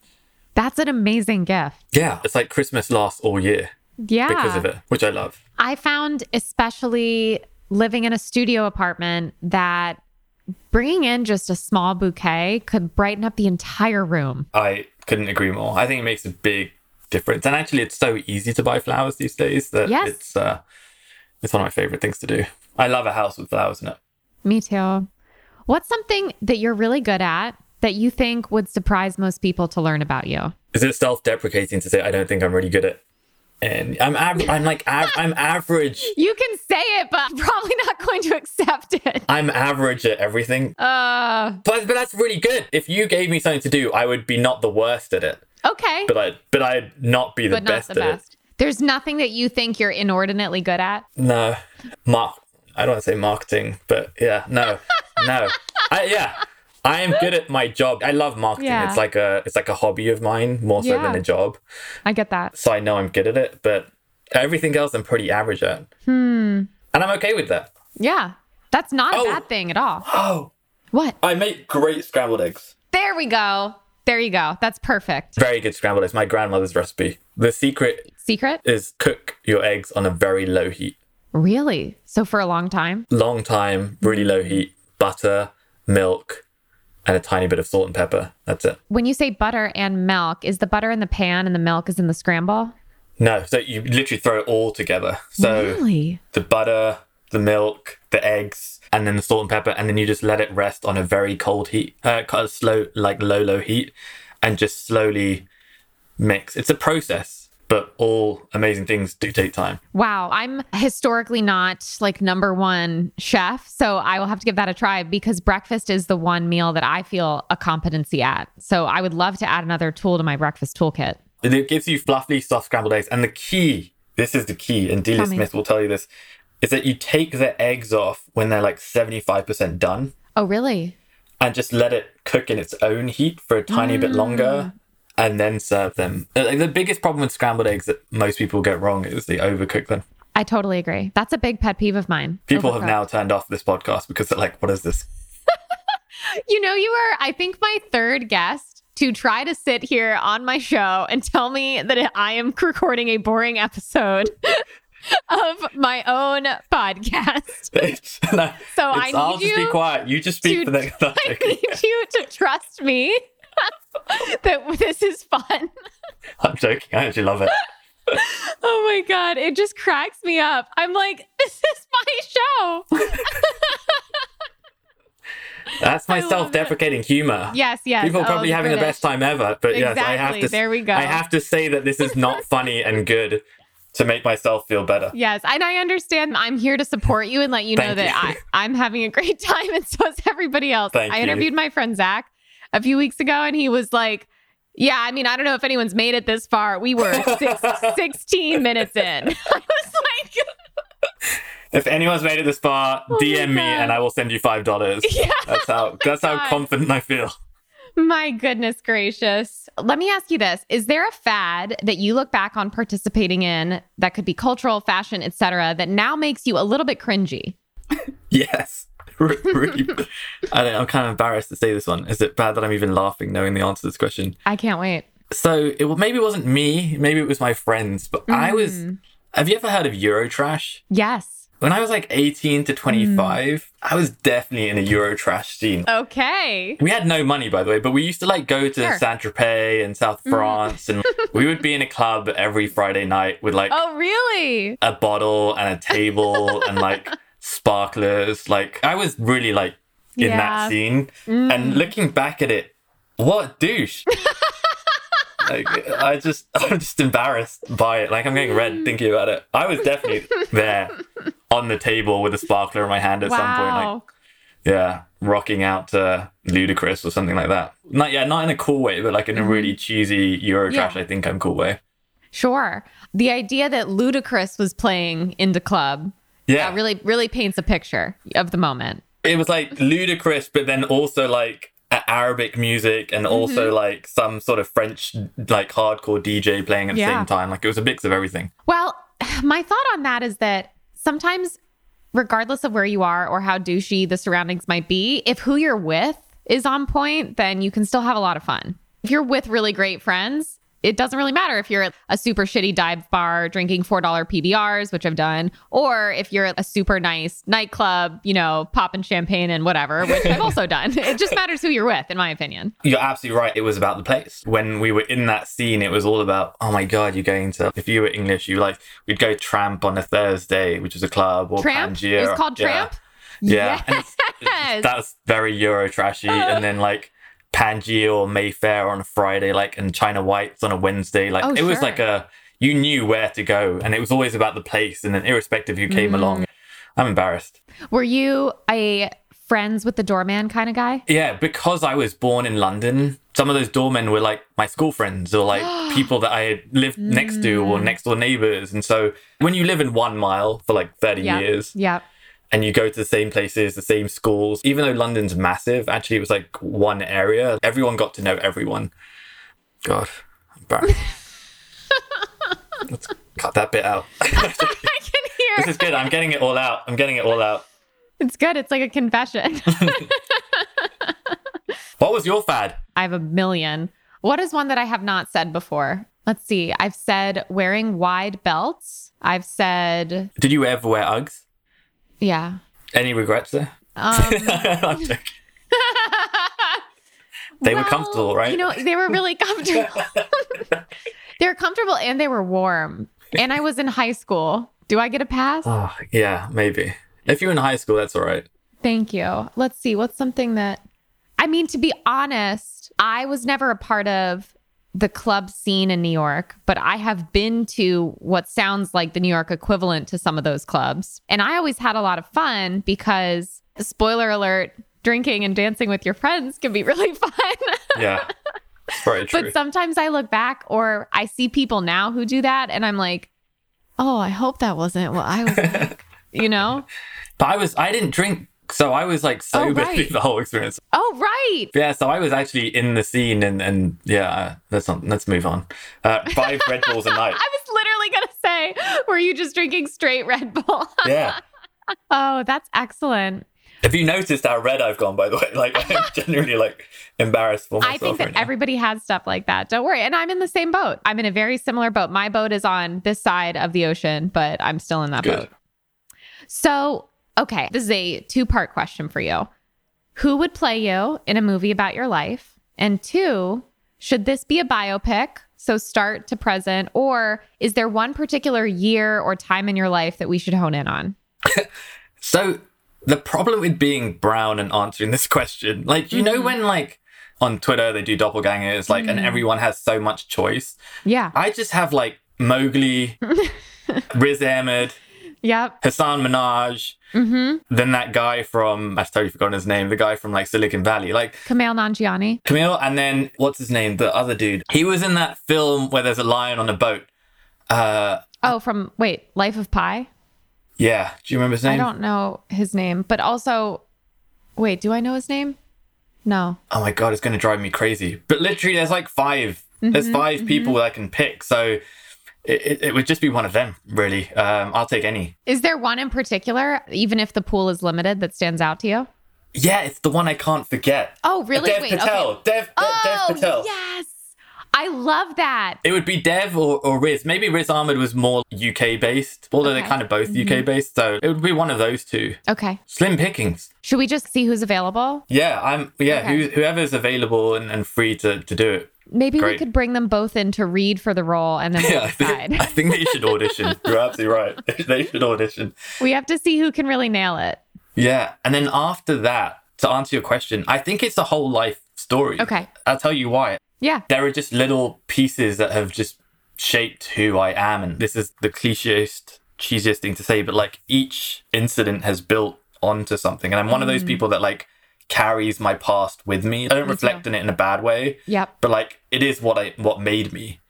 S1: That's an amazing gift.
S2: Yeah, it's like Christmas lasts all year
S1: Yeah.
S2: because of it, which I love.
S1: I found, especially living in a studio apartment, that bringing in just a small bouquet could brighten up the entire room.
S2: I couldn't agree more. I think it makes a big difference. And actually, it's so easy to buy flowers these days that
S1: Yes.
S2: it's uh, it's one of my favorite things to do. I love a house with flowers in it.
S1: Me too. What's something that you're really good at that you think would surprise most people to learn about you?
S2: Is it self-deprecating to say I don't think I'm really good at? And I'm av- I'm like av- I'm average.
S1: You can say it, but I'm probably not [LAUGHS] going to accept it.
S2: I'm average at everything.
S1: Uh,
S2: But but that's really good. If you gave me something to do, I would be not the worst at it.
S1: okay,
S2: But I but I'd not be the
S1: but not
S2: best
S1: the
S2: at
S1: best. There's nothing that you think you're inordinately good at.
S2: it. No, mark. I don't want to say marketing, but yeah, no, no. I, yeah, I am good at my job. I love marketing.
S1: Yeah.
S2: It's like a it's like a hobby of mine more so
S1: Yeah.
S2: than a job.
S1: I get that.
S2: So I know I'm good at it, but everything else I'm pretty average at. Hmm. And I'm okay with that.
S1: Yeah, that's not a
S2: Oh.
S1: bad thing at all.
S2: [GASPS] Oh,
S1: What?
S2: I make great scrambled eggs.
S1: There we go. There you go. That's perfect.
S2: Very good scrambled eggs. My grandmother's recipe. The secret
S1: Secret?
S2: is cook your eggs on a very low heat.
S1: Really? So for a long time?
S2: Long time, really low heat, butter, milk, and a tiny bit of salt and pepper. That's it.
S1: When you say butter and milk, is the butter in the pan and the milk is in the scramble?
S2: No, so you literally throw it all together. So
S1: Really?
S2: the butter, the milk, the eggs, and then the salt and pepper, and then you just let it rest on a very cold heat, uh, kind of slow, like low, low heat, and just slowly mix. It's a process, but all amazing things do take time.
S1: Wow. I'm historically not like number one chef. So I will have to give that a try because breakfast is the one meal that I feel a competency at. So I would love to add another tool to my breakfast toolkit.
S2: But it gives you fluffy, soft scrambled eggs, and the key. This is the key, and Delia
S1: Tell me.
S2: Smith will tell you this: is that you take the eggs off when they're like seventy-five percent done,
S1: Oh, really?
S2: and just let it cook in its own heat for a tiny bit
S1: Mm.
S2: longer and then serve them. Uh, like, The biggest problem with scrambled eggs that most people get wrong is they overcook them.
S1: I totally agree. That's a big pet peeve of mine.
S2: People have
S1: Overcooked.
S2: now turned off this podcast because they're like, what is this?
S1: You know, you are, I think, my third guest to try to sit here on my show and tell me that I am [LAUGHS] recording a boring episode [LAUGHS] of my own podcast.
S2: so [LAUGHS]
S1: I need
S2: I'll just be
S1: you
S2: quiet. You just speak
S1: to-
S2: for the next [LAUGHS]
S1: [LAUGHS] I need you to trust me [LAUGHS] that this is fun.
S2: I'm joking. I actually love it.
S1: Oh my God. It just cracks me up. I'm like, this is my show.
S2: That's my
S1: love it.
S2: self-deprecating humor.
S1: Yes, yes.
S2: People
S1: Oh,
S2: probably having the
S1: British.
S2: best time ever, but yes, I have
S1: Exactly.
S2: to.
S1: There we go.
S2: I have to say that this is
S1: [LAUGHS]
S2: not funny and good to make myself feel better.
S1: Yes, and I understand. I'm here to support you and let you know
S2: Thank
S1: that I,
S2: you.
S1: I'm having a great [LAUGHS] time, and so is everybody else.
S2: Thank
S1: I
S2: you.
S1: interviewed my friend Zach a few weeks ago, and he was like, Yeah, I mean, I don't know if anyone's made it this far. We
S2: [LAUGHS]
S1: were six, 16 minutes in. [LAUGHS] I was like,
S2: If anyone's made it this far,
S1: Oh my
S2: DM me
S1: God.
S2: and I will send you five dollars.
S1: [LAUGHS] Yeah, oh
S2: That's how that's how
S1: God.
S2: confident I feel.
S1: my goodness gracious. Let me ask you this. Is there a fad that you look back on participating in that could be cultural, fashion, etc., that now makes you a little bit cringy?
S2: [LAUGHS] Yes. [LAUGHS] Re- really- I don't, I'm kind of embarrassed to say this one. Is it bad that I'm even laughing knowing the answer to this question?
S1: I can't wait.
S2: So it w- maybe it wasn't me, maybe it was my friends, but I was.
S1: Mm.
S2: Have you ever heard of Eurotrash?
S1: Yes.
S2: When I was like 18 to
S1: Mm.
S2: 25, I was definitely in a Eurotrash scene.
S1: Okay.
S2: We had no money, by the way, but we used to like go to
S1: Sure. Mm.
S2: Saint Tropez and South
S1: [LAUGHS]
S2: France, and we would be in a club every Friday night with like
S1: Oh, really?
S2: a bottle and a table and
S1: [LAUGHS]
S2: like sparklers. Like I was really like in
S1: Yeah. Mm.
S2: that scene. And looking back at it, what a
S1: [LAUGHS]
S2: douche. like I just [LAUGHS] I'm just embarrassed by it. Like I'm getting
S1: Mm.
S2: red thinking about it. I was definitely there on the table with a sparkler in my hand at some point. Like
S1: Wow.
S2: yeah, rocking out to Ludacris or something like that. Not yeah, not in a cool way, but like in a really cheesy Eurotrash
S1: Mm-hmm. Yeah.
S2: I think I'm cool way.
S1: Sure. The idea that Ludacris was playing in the club
S2: Yeah.
S1: that really really paints a picture of the moment.
S2: it was like ludicrous, but then also like a- Arabic music and
S1: Mm-hmm.
S2: also like some sort of French like hardcore DJ playing at the
S1: Yeah.
S2: same time. Like it was a mix of everything.
S1: Well, [SIGHS] my thought on that is that sometimes, regardless of where you are or how douchey the surroundings might be, if who you're with is on point, then you can still have a lot of fun. If you're with really great friends, it doesn't really matter if you're at a super shitty dive bar drinking $4 PBRs, which I've done, or if you're at a super nice nightclub, you know, popping champagne and whatever, which I've also
S2: [LAUGHS]
S1: done. It just matters who you're with, in my opinion.
S2: You're absolutely right. It was about the place. When we were in that scene, it was all about, oh my God, you're going to, if you were English, you like, we'd go Tramp on a Thursday, which was a club or
S1: Tramp?
S2: Pangaea.
S1: It was called
S2: Yeah.
S1: Tramp?
S2: Yeah. And [LAUGHS] it's-
S1: Yes.
S2: That's very Euro trashy.
S1: Uh.
S2: and then like Pangea or Mayfair on a Friday, like and China Whites on a Wednesday. Like
S1: Oh,
S2: it was
S1: sure.
S2: like a you knew where to go and it was always about the place and then irrespective of who came
S1: Mm.
S2: along. I'm embarrassed.
S1: Were you a friends with the doorman kind of guy?
S2: Yeah, because I was born in London, some of those doormen were like my school friends
S1: [GASPS]
S2: or like people that I had lived next to
S1: Mm.
S2: or next door neighbors. And so when you live in one mile for like 30 years,
S1: Yeah. [LAUGHS]
S2: and you go to the same places, the same schools. Even though London's massive, actually, it was like one area. Everyone got to know everyone. God,
S1: [LAUGHS]
S2: I'm embarrassed. Let's cut that bit out. [LAUGHS]
S1: I can
S2: this
S1: hear.
S2: is good. I'm getting it all out. I'm getting it all out.
S1: It's good. It's like a confession. [LAUGHS]
S2: What was your fad?
S1: I have a million. What is one that I have not said before? Let's see. I've said wearing wide belts. I've said,
S2: Did you ever wear Uggs?
S1: yeah.
S2: Any regrets there?
S1: Um,
S2: I'm joking. [LAUGHS] They were
S1: well,
S2: comfortable, right?
S1: You know, they were
S2: [LAUGHS]
S1: really comfortable. [LAUGHS] they were comfortable and they were warm. And I was in high school. Do I get a pass?
S2: oh, yeah, maybe. If you're in high school, that's all right.
S1: Thank you. Let's see. What's something that, I mean, to be honest, I was never a part of the club scene in New York, but I have been to what sounds like the New York equivalent to some of those clubs. And I always had a lot of fun because, spoiler alert, drinking and dancing with your friends can be [LAUGHS] really fun.
S2: Yeah. It's very true.
S1: but sometimes I look back or I see people now who do that and I'm like, oh, I hope that wasn't what I was like, you know?
S2: but I was I didn't drink, so [LAUGHS] I was like
S1: Oh,
S2: sober
S1: right.
S2: through the whole experience.
S1: Oh, right.
S2: Yeah, so I was actually in the scene, and and yeah, uh, let's not let's move on. Uh, five Red Bulls a night.
S1: I was literally going to say, were you just drinking straight Red Bull? [LAUGHS]
S2: Yeah.
S1: oh, that's excellent.
S2: Have you noticed how red I've gone? By the way, [LAUGHS] like I'm genuinely like embarrassed for myself.
S1: I think
S2: right
S1: that
S2: now.
S1: everybody has stuff like that. Don't worry. And I'm in the same boat. I'm in a very similar boat. My boat is on this side of the ocean, but I'm still in that boat.
S2: Good.
S1: So, okay, this is a two part question for you. Who would play you in a movie about your life? And two, should this be a biopic? So, start to present, or is there one particular year or time in your life that we should hone in on?
S2: So the problem with being brown and answering this [LAUGHS] question, like you
S1: Mm.
S2: know when like on Twitter they do doppelgangers, like and everyone has so much choice.
S1: Yeah. [LAUGHS]
S2: I just have like Mowgli, Riz Ahmed,
S1: Yep.
S2: Hassan Minaj,
S1: Mm-hmm.
S2: then that guy from, I've totally forgotten his name, the guy from like Silicon Valley. Like
S1: Kamal Nanjiani.
S2: Camille, and then what's his name? The other dude. He was in that film where there's a lion on a boat. Uh,
S1: Oh, from wait, Life of Pi.
S2: yeah. Do you remember his name?
S1: I don't know his name, but also, wait, do I know his name? No.
S2: oh my god, it's gonna drive me crazy. But literally, there's like 5 there's
S1: Mm-hmm,
S2: 5 people I can pick, so it, it, it would just be one of them, really. Um, I'll take any.
S1: Is there one in particular, even if the pool is limited, that stands out to you?
S2: Yeah, it's the one I can't forget.
S1: Oh, really?
S2: Dev
S1: wait.
S2: Patel.
S1: Okay.
S2: Dev, De-
S1: Oh,
S2: Dev Patel.
S1: yes. I love that.
S2: It would be Dev or, or Riz. Maybe Riz Ahmed was more UK based, although they're
S1: Okay. Mm-hmm.
S2: kind of both UK based. So it would be one of those two.
S1: Okay.
S2: Slim pickings.
S1: Should we just see who's available?
S2: Yeah, I'm. Yeah,
S1: Okay.
S2: who, whoever's available and, and free to, to do it. [LAUGHS]
S1: Maybe we
S2: Great.
S1: could bring them both in to read for the role and then we'll
S2: [LAUGHS] Yeah, I think, I
S1: decide.
S2: think they
S1: [LAUGHS]
S2: should audition. You're absolutely right. [LAUGHS] they should audition.
S1: we have to see who can really nail it.
S2: Yeah, and then after that, to answer your question, I think it's a whole life story.
S1: Okay.
S2: I'll tell you why.
S1: Yeah.
S2: There are just little pieces that have just shaped who I am, and this is the clichéest, cheesiest thing to say, but like each incident has built onto something, and I'm one of
S1: Mm.
S2: those people that like carries my past with me. I don't reflect on it in a bad way.
S1: Yep.
S2: but like it is what I what made me.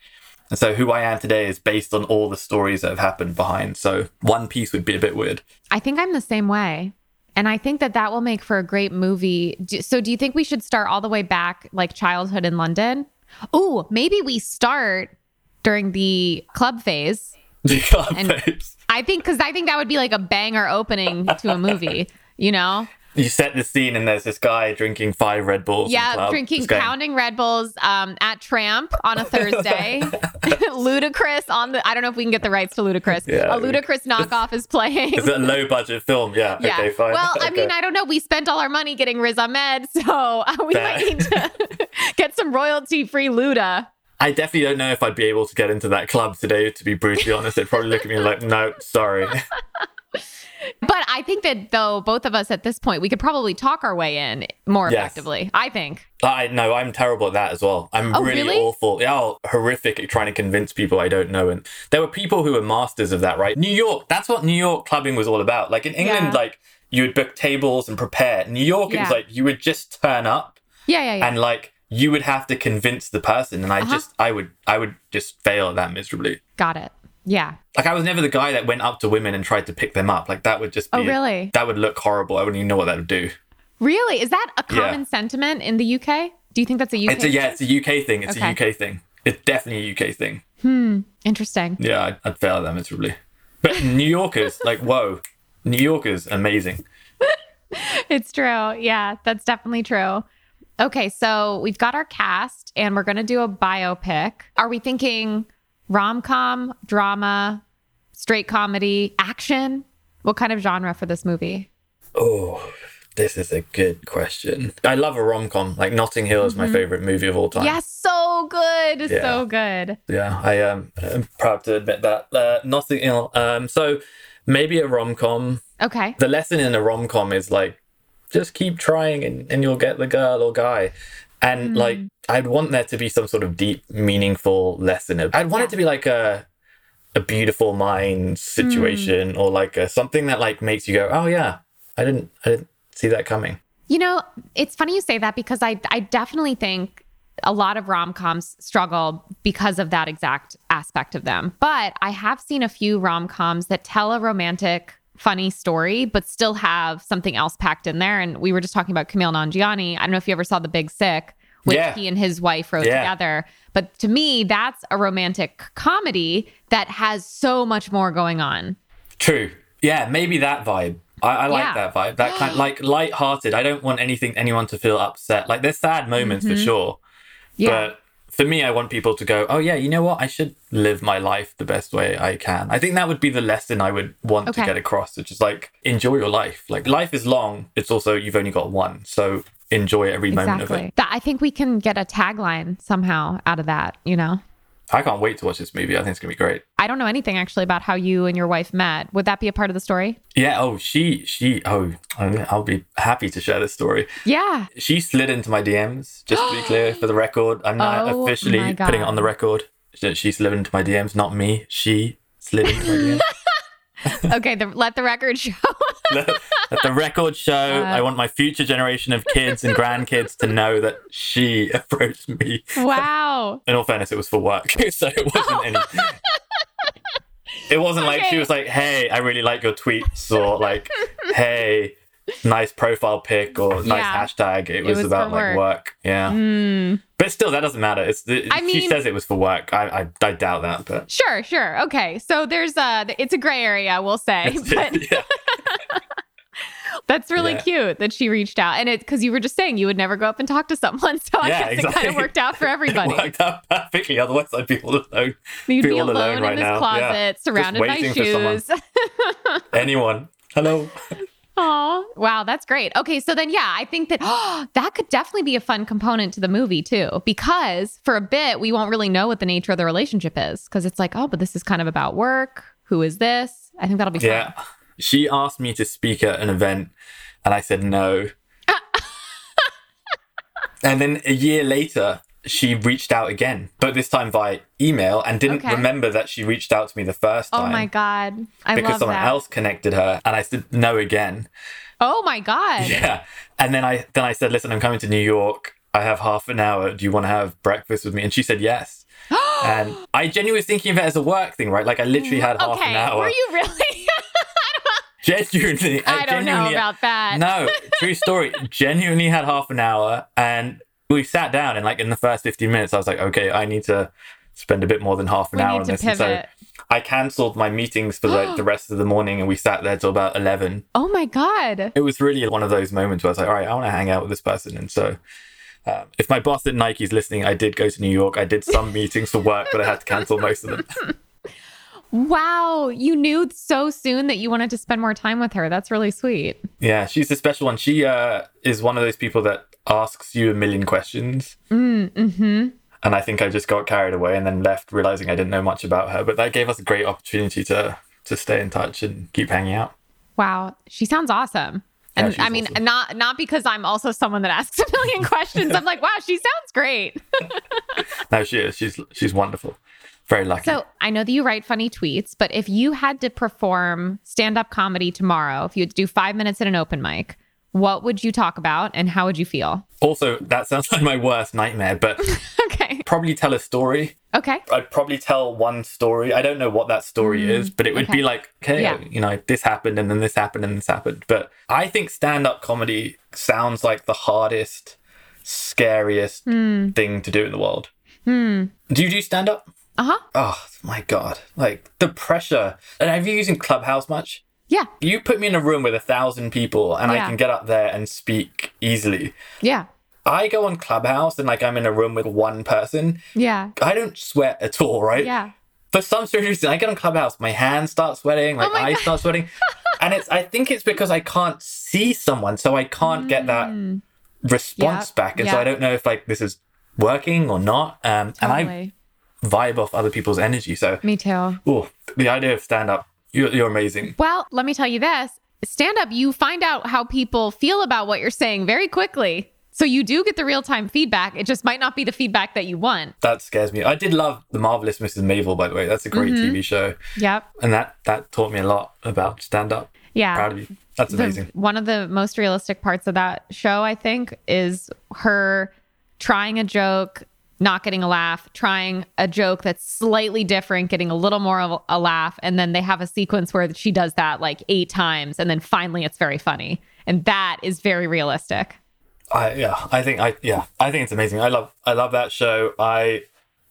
S2: And so who I am today is based on all the stories that have happened behind. So one piece would be a bit weird. [LAUGHS]
S1: I think I'm the same way. And I think that that will make for a great movie. Do- So, do you think we should start all the way back, like childhood in London? Ooh, maybe we start during the club phase.
S2: You can't
S1: And-
S2: face-
S1: I think, because I think that would be like a banger opening to a movie, [LAUGHS] you know?
S2: you set the scene and there's this guy drinking five Red Bulls. in the
S1: Yeah,
S2: club.
S1: drinking,
S2: It's going,
S1: pounding Red Bulls um, at Tramp on a
S2: [LAUGHS]
S1: Thursday. [LAUGHS] Ludacris on the, I don't know if we can get the rights to Ludacris.
S2: Yeah.
S1: a Ludacris knockoff is playing.
S2: It's a low budget film. Yeah.
S1: Yeah.
S2: Okay, fine.
S1: Well, I
S2: Okay.
S1: mean, I don't know. We spent all our money getting Riz Ahmed, [LAUGHS] so uh, we
S2: Fair.
S1: might need to [LAUGHS] get some royalty free Luda.
S2: I definitely don't know if I'd be able to get into that club today, to be brutally honest. They'd probably look at me like, no,
S1: [LAUGHS]
S2: sorry.
S1: But I think that though both of us at this point, we could probably talk our way in more
S2: Yes.
S1: effectively. I think.
S2: I no, I'm terrible at that as well. I'm
S1: Oh,
S2: really,
S1: really?
S2: awful. Yeah, oh, horrific at trying to convince people I don't know. And there were people who were masters of that, right? New York, that's what New York clubbing was all about. Like in England,
S1: Yeah.
S2: like you would book tables and prepare. New York, it was
S1: Yeah.
S2: like you would just turn up
S1: Yeah, yeah, yeah.
S2: and like you would have to convince the person. And I
S1: Uh-huh.
S2: just, I would, I would just fail at that miserably.
S1: Got it. Yeah.
S2: Like I was never the guy that went up to women and tried to pick them up. Like that would just be,
S1: Oh, really?
S2: that would look horrible. I wouldn't even know what that would do.
S1: Really? Is that a
S2: Yeah.
S1: common sentiment in the UK? Do you think that's a UK?
S2: It's a, yeah, it's a UK thing. It's
S1: Okay.
S2: a UK thing. It's definitely a UK thing.
S1: Interesting.
S2: Yeah, I'd, I'd fail at that miserably. But New Yorkers, [LAUGHS] like, whoa, New Yorkers, amazing.
S1: It's true. Yeah, that's definitely true. Okay, so we've got our cast and we're going to do a biopic. Are we thinking rom com, drama, straight comedy, action? What kind of genre for this movie?
S2: Oh, this is a good question. I love a rom com. Like Notting Hill is my favorite movie of all time.
S1: Mm-hmm. Yeah, so good.
S2: Yeah.
S1: So good.
S2: Yeah, I am I'm proud to admit that. Uh, Notting Hill. Um, so maybe a rom com.
S1: Okay.
S2: The lesson in a rom com is like, just keep trying and, and you'll get the girl or guy. And like, I'd want there to be some sort of deep, meaningful lesson. I'd want it to be like a a beautiful mind situation or like a, something that like makes you go, oh yeah, I didn't, I didn't see that coming.
S1: You know, it's funny you say that because I I definitely think a lot of rom-coms struggle because of that exact aspect of them. But I have seen a few rom-coms that tell a romantic funny story but still have something else packed in there and we were just talking about Camille Nanjiani. I don't know if you ever saw The Big Sick which
S2: Yeah.
S1: he and his wife wrote
S2: Yeah.
S1: together. But to me, that's a romantic comedy that has so much more going on.
S2: True. Yeah, maybe that vibe. I, I like
S1: Yeah.
S2: that vibe. That kind like light-hearted. I don't want anything anyone to feel upset. Like there's sad moments for sure.
S1: Yeah.
S2: But for me, I want people to go, oh, yeah, you know what? I should live my life the best way I can. I think that would be the lesson I would want
S1: Okay.
S2: to get across, which is like, enjoy your life. Like, life is long. It's also, you've only got one. So enjoy every moment of
S1: exactly.
S2: it.
S1: That I think we can get a tagline somehow out of that, you know.
S2: I can't wait to watch this movie. I think it's going to be great.
S1: I don't know anything actually about how you and your wife met. Would that be a part of the story?
S2: Yeah. Oh, she, she, oh, I'll be happy to share this story.
S1: Yeah.
S2: She slid into my DMs, just
S1: [GASPS]
S2: to be clear, for the record. I'm not
S1: Oh my
S2: officially
S1: God.
S2: putting it on the record that she slid into my DMs, not me. She slid into my DMs.
S1: [LAUGHS] okay, the, let the record
S2: [LAUGHS]
S1: show.
S2: Let the record show.
S1: Uh.
S2: I want my future generation of kids and grandkids to know that she [LAUGHS] approached me.
S1: wow.
S2: In all fairness, it was for work, [LAUGHS] so it
S1: [LAUGHS]
S2: wasn't any. It wasn't like she
S1: Okay.
S2: was like, "Hey, I really like your tweets," or like, "Hey, nice profile pic," or "Nice
S1: Yeah.
S2: hashtag." It was,
S1: was
S2: about
S1: for work.
S2: like work. Yeah,
S1: Hmm.
S2: but still, that doesn't matter. It's the,
S1: I
S2: she
S1: mean-
S2: says it was for work. I I, I doubt that, but
S1: Sure, sure. Okay. So there's uh th- it's a gray area, we'll say, [LAUGHS] [LAUGHS] but
S2: [LAUGHS] yeah.
S1: that's really
S2: Yeah.
S1: cute that she reached out. And it cuz you were just saying you would never go up and talk to someone, [LAUGHS] so I
S2: Yeah,
S1: guess it kind
S2: exactly.
S1: of worked out
S2: [LAUGHS]
S1: for everybody.
S2: It worked out perfectly. Otherwise, I'd be all alone.
S1: You'd
S2: Feel
S1: be
S2: all
S1: alone,
S2: alone
S1: in
S2: right
S1: this
S2: now. Yeah.
S1: closet surrounded by
S2: waiting for someone.
S1: shoes.
S2: Anyone? Hello.
S1: Oh, wow, that's great. Okay, so then yeah, I think that [GASPS] that could definitely be a fun component to the movie too, because for a bit we won't really know what the nature of the relationship is, because it's like, oh, but this is kind of about work. Who is this? I think that'll be fun.
S2: Yeah. She asked me to speak at an event, and I
S1: [LAUGHS]
S2: said no. and then a year later, she reached out again, but this time via email, and didn't
S1: Okay.
S2: remember that she reached out to me the first
S1: Oh
S2: time.
S1: my god, I
S2: Because
S1: love
S2: someone
S1: that.
S2: else connected her, and I said no again.
S1: oh my god,
S2: Yeah, and then I then I said, "Listen, I'm coming to New York. I have half an hour. Do you want to have breakfast with me?" And she
S1: [GASPS]
S2: said yes. and I genuinely was thinking of it as a work thing, right? Like I literally had half
S1: Mm-hmm. okay,
S2: an hour.
S1: were you really?
S2: [LAUGHS]
S1: [LAUGHS]
S2: genuinely,
S1: I don't know
S2: genuinely-
S1: about that.
S2: no, true
S1: [LAUGHS]
S2: story. Genuinely had half an hour and we sat down and like in the first 15 minutes I was like, okay, I need to spend a bit more than half an
S1: we
S2: hour
S1: need
S2: on
S1: to
S2: this. And so
S1: pivot.
S2: I cancelled my meetings
S1: [GASPS]
S2: for like the rest of the morning and we sat there till about 11.
S1: Oh my god,
S2: It was really one of those moments where I was like, all right, I want to hang out with this person. And so um, if my boss at Nike's listening, I did go to New York. I did some meetings for work, but I had to cancel most of them.
S1: wow, you knew so soon that you wanted to spend more time with her. That's really sweet.
S2: Yeah, she's a special one. She uh, is one of those people that asks you a million questions.
S1: Mm-hmm.
S2: And I think I just got carried away and then left realizing I didn't know much about her. But that gave us a great opportunity to to stay in touch and keep hanging out.
S1: Wow, she sounds awesome.
S2: Yeah,
S1: And
S2: she's
S1: I mean,
S2: awesome.
S1: not not because I'm also someone that asks [LAUGHS] a million questions. I'm like, wow, she sounds great.
S2: No, she is. She's she's wonderful. Very lucky.
S1: [LAUGHS] So I know that you write funny tweets, but if you had to perform stand up comedy tomorrow, if you had to do five minutes at an open mic, what would you talk about and how would you feel?
S2: also, that sounds [LAUGHS] like my worst nightmare, but
S1: [LAUGHS] Okay.
S2: probably tell a story.
S1: Okay.
S2: I'd probably tell one story. I don't know what that story is, but it would
S1: Mm, okay.
S2: be like, okay,
S1: Yeah.
S2: you know, this happened and then this happened and this happened. But I think stand up comedy sounds like the hardest, scariest
S1: Hmm.
S2: thing to do in the world. Do you do stand up?
S1: Uh huh.
S2: Oh my god! Like the pressure. And have you using Clubhouse much?
S1: Yeah.
S2: You put me in a room with a thousand people, and
S1: Yeah.
S2: I can get up there and speak easily.
S1: Yeah.
S2: I go on Clubhouse and like I'm in a room with one person.
S1: Yeah.
S2: I don't sweat at all, right?
S1: Yeah.
S2: For some strange reason, I get on Clubhouse, my hands start sweating, like
S1: Oh my
S2: eyes
S1: God. [LAUGHS]
S2: start sweating, and it's. I think it's because I can't see someone, so I can't get
S1: Hmm.
S2: that response
S1: Yep,
S2: back, and so
S1: yep.
S2: I don't know if like this is working or not. Um, and I
S1: Totally.
S2: vibe off other people's energy, so
S1: Me too.
S2: Oh, the idea of stand up. You're, you're amazing.
S1: Well, let me tell you this stand up, you find out how people feel about what you're saying very quickly. So you do get the real time feedback. It just might not be the feedback that you want.
S2: That scares me. I did love The Marvelous Mrs. Maisel, by the way. That's a great
S1: Mm-hmm.
S2: TV show.
S1: Yep.
S2: And that, that taught me a lot about stand up.
S1: Yeah.
S2: Proud of you. That's
S1: the-
S2: amazing.
S1: one of the most realistic parts of that show, I think, is her trying a joke, not getting a laugh, trying a joke that's slightly different, getting a little more of a laugh. And then they have a sequence where she does that like eight times. And then finally it's very funny. And that is very realistic.
S2: I yeah, I think I yeah, I think it's amazing. I love I love that show. I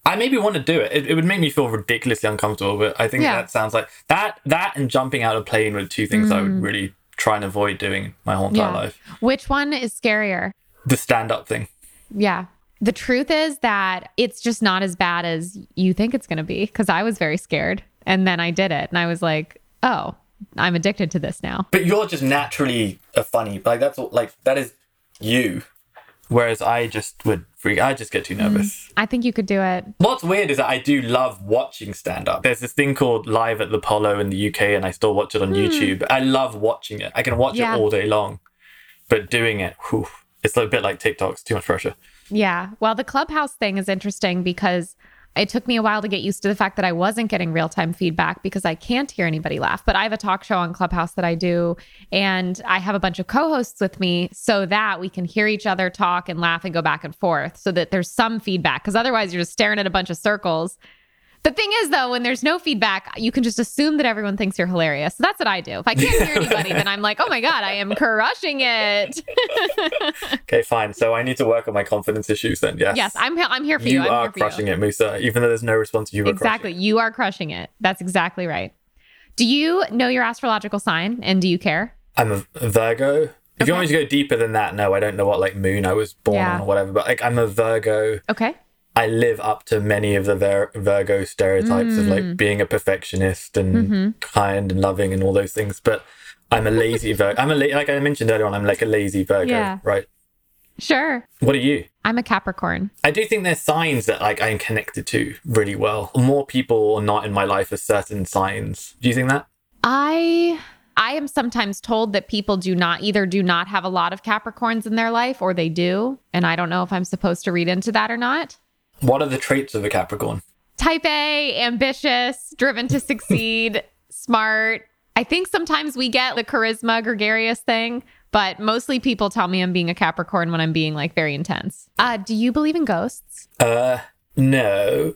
S2: I maybe want to do it. It, it would make me feel ridiculously uncomfortable, but I think
S1: Yeah.
S2: that sounds like that that and jumping out of a plane were two things I would really try and avoid doing my whole entire life.
S1: Which one is scarier?
S2: The stand up thing.
S1: Yeah. The truth is that it's just not as bad as you think it's going to be because I was very scared. And then I did it and I was like, oh, I'm addicted to this now.
S2: But you're just naturally a funny. Like that's all, like that is you. Whereas I just would freak. I just get too nervous.
S1: I think you could do it.
S2: What's weird is that I do love watching stand up. There's this thing called Live at the Apollo in the UK, and I still watch it on YouTube. I love watching it. I can watch
S1: Hmm. Yeah.
S2: it all day long, but doing it, whew, it's a bit like TikTok. It's too much pressure.
S1: Yeah. Well, the clubhouse thing is interesting because It took me a while to get used to the fact that I wasn't getting real time feedback because I can't hear anybody laugh. But I have a talk show on Clubhouse that I do, and I have a bunch of co hosts with me so that we can hear each other talk and laugh and go back and forth so that there's some feedback. Because otherwise, you're just staring at a bunch of circles. The thing is, though, when there's no feedback, you can just assume that everyone thinks you're hilarious. So that's what I do. If I can't
S2: [LAUGHS]
S1: hear anybody, then I'm like, oh my God, I am crushing it.
S2: Okay, fine. So I need to work on my confidence issues then. Yes.
S1: yes, I'm, I'm here for you.
S2: You
S1: I'm
S2: are
S1: here for
S2: crushing it, Musa. Even though there's no response, you are
S1: Exactly. You are crushing it. That's exactly right. Do you know your astrological sign and do you care?
S2: crushing it. I'm a Virgo. If
S1: Okay.
S2: you want me to go deeper than that, no, I don't know what like moon I was born
S1: Yeah.
S2: on or whatever. But like, I'm a Virgo.
S1: Okay.
S2: I live up to many of the Vir- Virgo stereotypes of like being a perfectionist and kind and loving and all those things. But I'm a lazy Virgo. I'm a la- like I mentioned earlier on. I'm like a lazy Virgo,
S1: Yeah.
S2: right?
S1: Sure.
S2: What are you?
S1: I'm a Capricorn.
S2: I do think there's signs that like I'm connected to really well. More people are not in my life are certain signs. Do you think that?
S1: I I am sometimes told that people do not either do not have a lot of Capricorns in their life or they do, and I don't know if I'm supposed to read into that or not.
S2: What are the traits of a Capricorn?
S1: Type A, ambitious, driven to
S2: [LAUGHS]
S1: succeed, smart. I think sometimes we get the charisma gregarious thing, but mostly people tell me I'm being a Capricorn when I'm being like very intense. Uh, do you believe in ghosts?
S2: Uh, no,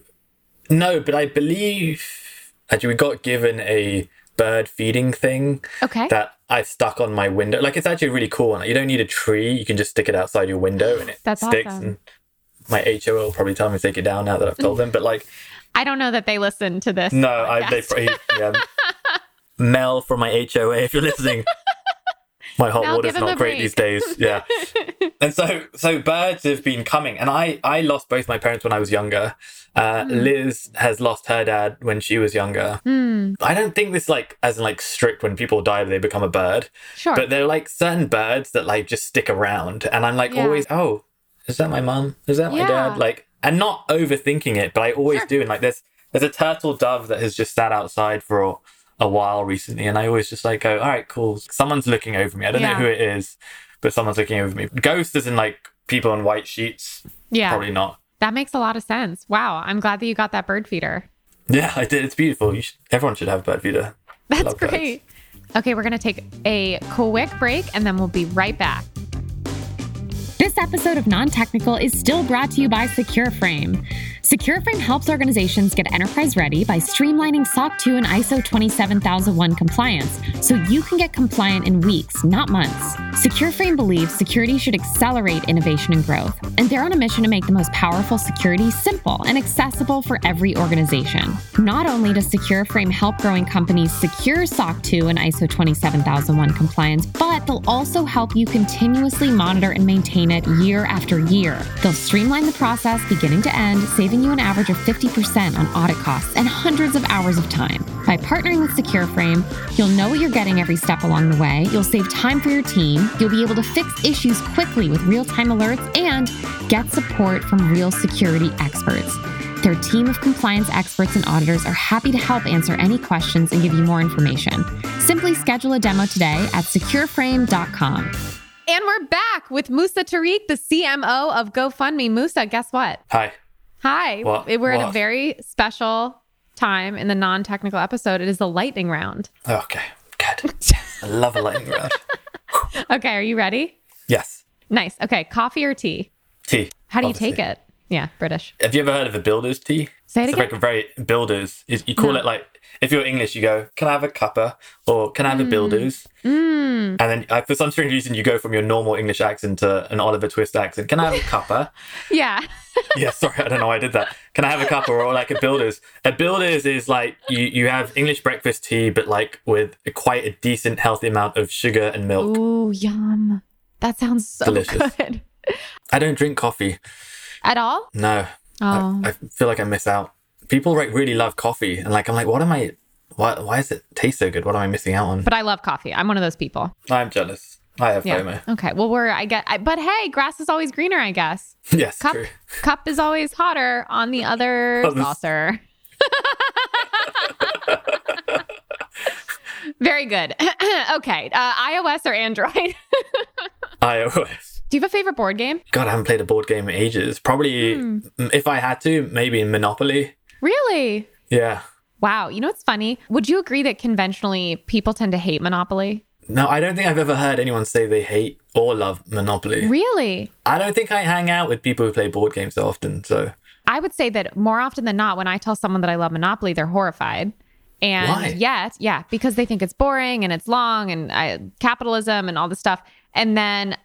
S2: no. But I believe actually we got given a bird feeding thing
S1: Okay.
S2: that I've stuck on my window. Like it's actually a really cool one. Like, you don't need a tree; you can just stick it outside your window, and it
S1: That's
S2: sticks.
S1: awesome.
S2: And my HO will probably tell me to take it down now that I've told them. But like,
S1: I don't know that they listen to this. [LAUGHS]
S2: no, I they
S1: podcast.
S2: probably yeah. Mel from my HOA, if you're
S1: [LAUGHS]
S2: listening. My hot
S1: Mel,
S2: water's
S1: give him
S2: not
S1: a
S2: great
S1: break.
S2: these days.
S1: [LAUGHS]
S2: Yeah. and so so birds have been coming. And I I lost both my parents when I was younger. Uh,
S1: Hmm.
S2: Liz has lost her dad when she was younger.
S1: Hmm.
S2: I don't think this like as in like strict when people die they become a bird.
S1: Sure.
S2: But there are like certain birds that like just stick around, and I'm like
S1: Yeah.
S2: always, oh, is that my mum? Is that my
S1: Yeah.
S2: dad? Like, and not overthinking it, but I always
S1: Sure.
S2: do. And like, there's there's a turtle dove that has just sat outside for a, a while recently, and I always just like go, all right, cool. Someone's looking over me. I don't
S1: Yeah.
S2: know who it is, but someone's looking over me. Ghosts is in like people in white sheets.
S1: yeah.
S2: Probably not.
S1: That makes a lot of sense. Wow. I'm glad that you got that bird feeder. [LAUGHS]
S2: Yeah, I did. It's beautiful. You should, everyone should have bird feeder.
S1: That's
S2: Love birds.
S1: great. Okay, we're going to take a quick break and then we'll be right back. This episode of Non Technical is still brought to you by SecureFrame. SecureFrame helps organizations get enterprise ready by streamlining SOC 2 and ISO 27001 compliance so you can get compliant in weeks, not months. SecureFrame believes security should accelerate innovation and growth, and they're on a mission to make the most powerful security simple and accessible for every organization. Not only does SecureFrame help growing companies secure SOC 2 and ISO 27001 compliance, but they'll also help you continuously monitor and maintain it year after year. They'll streamline the process beginning to end, saving you an average of 50% on audit costs and hundreds of hours of time. By partnering with SecureFrame, you'll know what you're getting every step along the way, you'll save time for your team, you'll be able to fix issues quickly with real time alerts, and get support from real security experts. Their team of compliance experts and auditors are happy to help answer any questions and give you more information. Simply schedule a demo today at secureframe.com. And we're back with Musa Tariq, the CMO of GoFundMe. Musa, guess what?
S2: Hi.
S1: Hi.
S2: What?
S1: We're at a
S2: What?
S1: very special time in the non technical episode. It is the lightning round.
S2: Oh, Okay.
S1: [LAUGHS]
S2: Good. I love a lightning round.
S1: Okay, are you ready?
S2: Yes.
S1: Nice. Okay, coffee or tea?
S2: Tea.
S1: How do you
S2: obviously.
S1: take it? Yeah, British.
S2: Have you ever heard of a builder's tea?
S1: Say it
S2: it's
S1: again.
S2: Like a very builders. is- You call
S1: No.
S2: it like if you're English, you go, "Can I have a cuppa?" or "Can I
S1: Mm.
S2: have a builders?" And then uh, for some strange reason, you go from your normal English accent to an Oliver Twist accent. Can I have
S1: [LAUGHS]
S2: a cuppa?
S1: Yeah.
S2: yeah, sorry, I don't know why I did that. Can I have a cuppa or like a builders? A builders is like you you have English breakfast tea, but like with quite a decent, healthy amount of sugar and milk.
S1: Ooh, yum. That sounds so
S2: Delicious.
S1: good.
S2: I don't drink coffee.
S1: At all?
S2: No,
S1: Oh.
S2: I, I feel like I miss out. People like really love coffee, and like I'm like, what am I? Why why does it taste so good? What am I missing out on?
S1: but I love coffee. I'm one of those people.
S2: I'm jealous. I have
S1: Yeah.
S2: FOMO.
S1: Okay. Well, we're I get, I, but hey, grass is always greener. I guess
S2: [LAUGHS] Yes,
S1: cup
S2: true.
S1: cup is always hotter on the other
S2: On the s-
S1: saucer. [LAUGHS] [CLEARS THROAT] Very good. okay, uh, iOS or Android? [LAUGHS]
S2: iOS.
S1: Do you have a favorite board game?
S2: God, I haven't played a board game in ages. Probably,
S1: Hmm.
S2: m- if I had to, maybe Monopoly.
S1: Really?
S2: Yeah.
S1: Wow. You know what's funny? Would you agree that conventionally people tend to hate Monopoly?
S2: No, I don't think I've ever heard anyone say they hate or love Monopoly.
S1: Really?
S2: I don't think I hang out with people who play board games that often. So,
S1: I would say that more often than not, when I tell someone that I love Monopoly, they're horrified. And
S2: Why?
S1: yet, yeah, because they think it's boring and it's long and I, capitalism and all this stuff. And then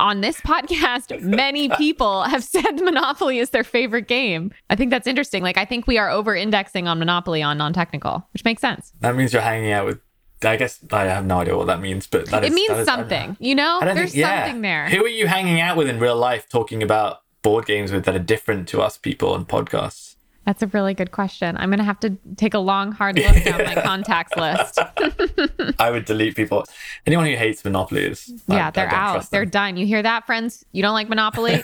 S1: on this [LAUGHS] podcast, many people have said Monopoly is their favorite game. I think that's interesting. Like, I think we are over indexing on Monopoly on non technical, which makes sense.
S2: that means you're hanging out with. I guess I have no idea what that means, but that
S1: It
S2: is-
S1: means
S2: that is- I don't-
S1: something, you know?
S2: I don't
S1: There's
S2: think, yeah.
S1: something there.
S2: Who are you hanging out with in real life talking about board games with that are different to us people on podcasts?
S1: That's a really good question. I'm going to have to take a long, hard look down my contacts list.
S2: I would delete people. Anyone who hates Monopoly is I-
S1: Yeah,
S2: I
S1: they're
S2: don't
S1: out.
S2: trust
S1: They're
S2: them.
S1: done. You hear that, friends? You don't like
S2: [LAUGHS]
S1: Monopoly?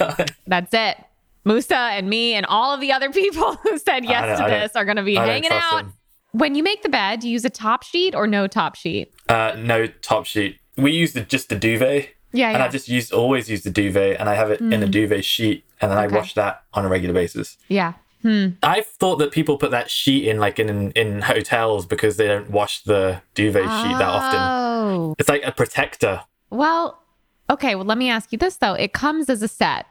S1: That's it. Musa and me and all of the other people [LAUGHS] who said yes to
S2: don't- I don't-
S1: this are going to be
S2: I don't
S1: hanging
S2: trust
S1: out.
S2: them.
S1: When you make the bed, do you use a top sheet or no top sheet?
S2: Uh, no top sheet. We use the just the duvet.
S1: Yeah, yeah.
S2: and
S1: Mm.
S2: I just use always use the duvet, and I have it in a duvet sheet, and then
S1: Okay.
S2: I wash that on a regular basis.
S1: Yeah. Hmm.
S2: I've thought that people put that sheet in like in in hotels because they don't wash the duvet sheet that often.
S1: Oh.
S2: It's like a protector.
S1: Well, okay. Well, let me ask you this, though. It comes as a set.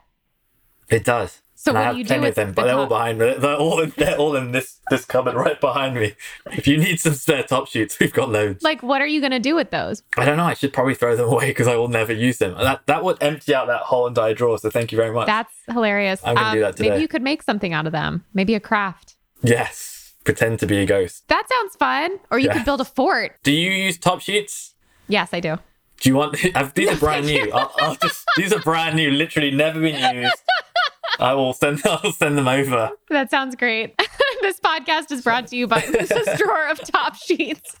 S2: It does.
S1: So
S2: And
S1: what
S2: I
S1: do
S2: have
S1: you do
S2: plenty
S1: with
S2: of them,
S1: the
S2: but they're all
S1: top?
S2: behind me. They're all in, they're all in this this cupboard right behind me. If you need some spare top sheets, we've got loads.
S1: Like, what are you going to do with those?
S2: I don't know. I should probably throw them away because I will never use them. That that would empty out that whole entire drawer. So thank you very much.
S1: That's hilarious. Um,
S2: I'm gonna do that
S1: Maybe
S2: today.
S1: you could make something out of them. Maybe a craft.
S2: yes, pretend to be a ghost.
S1: That sounds fun. Or you
S2: Yeah.
S1: could build a fort.
S2: Do you use top sheets?
S1: Yes, I do.
S2: Do you want? [LAUGHS] I've, these are
S1: [LAUGHS]
S2: brand new. I'll, I'll just, these are brand new. Literally never been used. I will send. [LAUGHS] I'll send them over.
S1: That sounds great. [LAUGHS] this podcast is brought to you
S2: [LAUGHS]
S1: by Lisa's drawer of top sheets.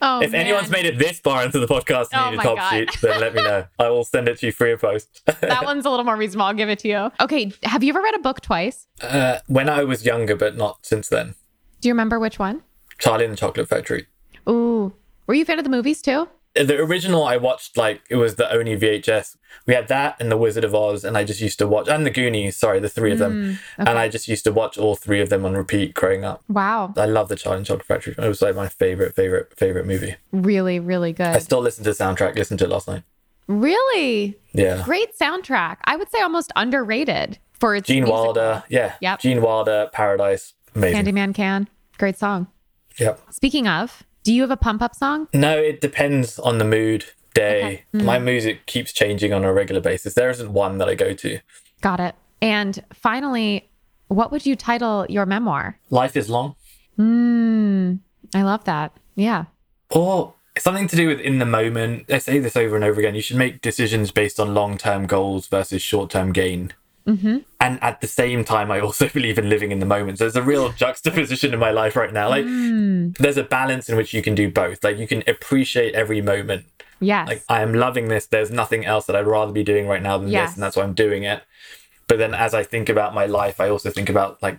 S1: oh,
S2: If anyone's
S1: man.
S2: made it this far into the podcast and
S1: Oh
S2: need
S1: my
S2: a top
S1: God.
S2: sheet, then let me know. I will send it to you free of post.
S1: that one's a little more reasonable. I'll give it to you. Okay, have you ever read a book twice?
S2: Uh, when I was younger, but not since then.
S1: Do you remember which one?
S2: Charlie and the Chocolate Factory. Uh,
S1: Ooh, were you a fan of the movies too?
S2: The original I watched, like, it was the only VHS. We had that and The Wizard of Oz, and I just used to watch, and The Goonies, sorry, the three of
S1: Mm,
S2: them. And I just used to watch all three of them on repeat growing up.
S1: Wow,
S2: I love The Charlie and the Chocolate Factory. It was like my favorite, favorite, favorite movie.
S1: really, really
S2: I
S1: good.
S2: still listen to the soundtrack, listened to it last night.
S1: Really
S2: Yeah.
S1: great soundtrack. I would say almost underrated for its
S2: Gene
S1: music.
S2: Wilder. Yeah.
S1: Yep.
S2: Gene Wilder, Paradise. Amazing.
S1: Candyman can great song.
S2: Yep.
S1: Speaking of, do you have a pump up song?
S2: No, it depends on the mood, day.
S1: Mm.
S2: My music keeps changing on a regular basis. There isn't one that I go to.
S1: Got it. And finally, what would you title your memoir?
S2: Life is long,
S1: Mm, I love that. Yeah.
S2: or something to do with in the moment. I say this over and over again. You should make decisions based on long term goals versus short term gain. And at the same time, I also [LAUGHS] believe in living in the moment. So there's a real juxtaposition in my life right now. Like, there's a balance in which you can do both. Like, you can appreciate every moment
S1: Yes.
S2: like I am loving this. There's nothing else that I'd rather be doing right now than
S1: Yes.
S2: this, and that's why I'm doing it. But then, as I think about my life, I also think about like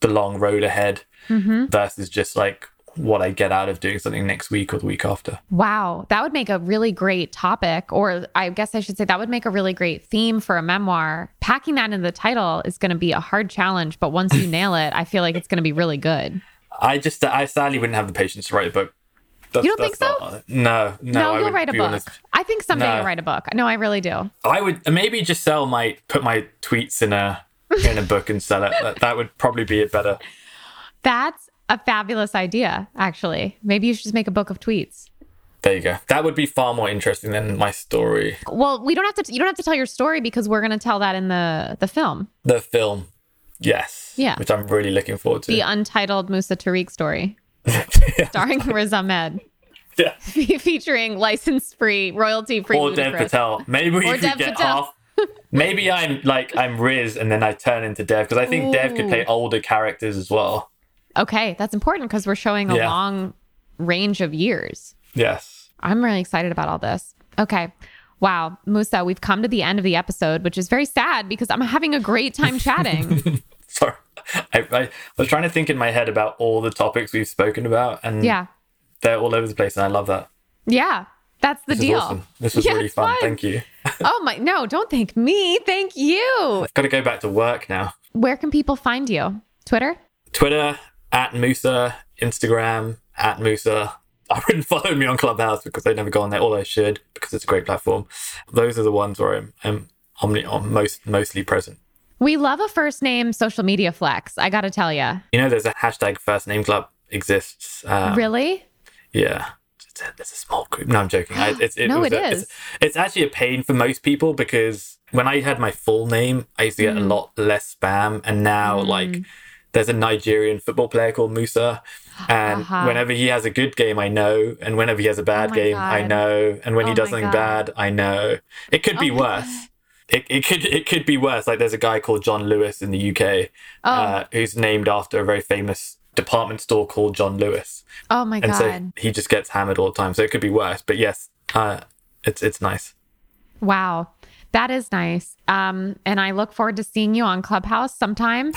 S2: the long road ahead
S1: Mm-hmm.
S2: versus just like what I get out of doing something next week or the week after.
S1: wow. That would make a really great topic, or I guess I should say that would make a really great theme for a memoir. Packing that into the title is going to be a hard challenge, but once
S2: [LAUGHS]
S1: you nail it, I feel like it's going to be really good.
S2: I just, I sadly wouldn't have the patience to write a book. That's,
S1: You don't think
S2: that's not- no, no.
S1: No,
S2: I
S1: you'll
S2: would
S1: write a
S2: be
S1: book.
S2: honest.
S1: I think someday
S2: No.
S1: you'll write a book. No, I really do.
S2: I would maybe just sell my put my tweets in a in a book and sell it. That, that would probably be it better.
S1: That's a fabulous idea, actually. Maybe you should just make a book of tweets.
S2: There you go. That would be far more interesting than my story.
S1: Well, we don't have to. You don't have to tell your story because we're going to tell that in the the film,
S2: The film. Yes.
S1: Yeah.
S2: Which I'm really looking forward to.
S1: the untitled Musa Tariq
S2: [LAUGHS]
S1: story, starring Riz Ahmed,
S2: Yeah.
S1: fe- [LAUGHS] featuring license-free, royalty-free,
S2: Or Dev
S1: Ludacris.
S2: Patel. Maybe we
S1: Or
S2: could
S1: Dev
S2: get
S1: Patel. [LAUGHS]
S2: half. Maybe I'm like I'm Riz and then I turn into Dev because I think Dev could play
S1: Ooh.
S2: older characters as well.
S1: Okay, that's important because we're showing a
S2: Yeah.
S1: long range of years.
S2: Yes. [LAUGHS]
S1: I'm really excited about all this. Okay. Wow, Musa, we've come to the end of the episode, which is very sad because I'm having a great time
S2: [LAUGHS]
S1: chatting.
S2: Sorry. I, I was trying to think in my head about all the topics we've spoken about and
S1: yeah.
S2: they're all over the place and I love that.
S1: Yeah. That's the
S2: This is
S1: deal.
S2: awesome. This was
S1: [LAUGHS] Yeah,
S2: really
S1: it's
S2: fun.
S1: fun.
S2: Thank you.
S1: oh my, no, don't thank me. Thank you.
S2: I've got to go back to work now.
S1: Where can people find you? Twitter?
S2: Twitter at Musa, Instagram at Musa. [LAUGHS] I wouldn't follow me on Clubhouse because I never go on there. All I should because it's a great platform. Those are the ones where I'm, I'm omni- om- most mostly present.
S1: We love a first name social media flex. I got to tell you.
S2: You know, there's a hashtag first name club exists. Um,
S1: really?
S2: Yeah. It's a, it's a small group. No, I'm
S1: [GASPS]
S2: joking. I, it's, it
S1: No, it
S2: was a-
S1: is.
S2: It's, it's actually a pain for most people because when I had my full name, I used to
S1: Mm.
S2: get a lot less spam. And now, like, there's a Nigerian football player called Musa. And
S1: Uh-huh. Oh
S2: whenever he has a good game, I know. And whenever he has a bad
S1: my
S2: game, I
S1: God.
S2: know. And when
S1: Oh
S2: he does
S1: my
S2: something
S1: God. Oh
S2: bad, I know. It could be
S1: my
S2: worse. It, it could it could be worse. Like there's a guy called John Lewis in the UK,
S1: Oh.
S2: uh, who's named after a very famous department store called John Lewis
S1: Oh my
S2: and
S1: God.
S2: so he just gets hammered all the time. So it could be worse, but yes, uh, it's it's nice.
S1: Wow. That is nice. Um, and I look forward to seeing you on Clubhouse
S2: [LAUGHS]
S1: sometime.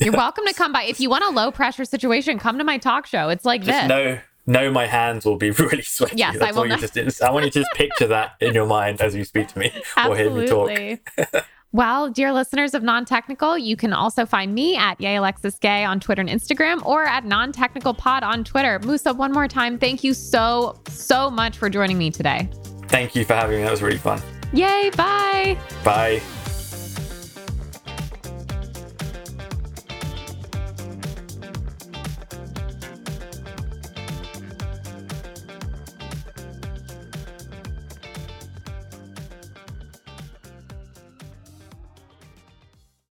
S1: You're welcome to come by. If you want a low pressure situation, come to my talk show. It's like
S2: Just
S1: this.
S2: know know my hands will be [LAUGHS] really sweaty.
S1: Yes, I
S2: That's
S1: will
S2: all you
S1: know.
S2: just- I want you to just picture that in your mind as you speak to me or hear me talk.
S1: Absolutely.
S2: [LAUGHS]
S1: well, dear listeners of Non Technical, you can also find me at Yay Alexis Gay on Twitter and Instagram or at Non Technical Pod on Twitter. Musa, one more time, thank you so, so much for joining me today.
S2: Thank you for having me. That was really fun.
S1: Yay. Bye.
S2: Bye.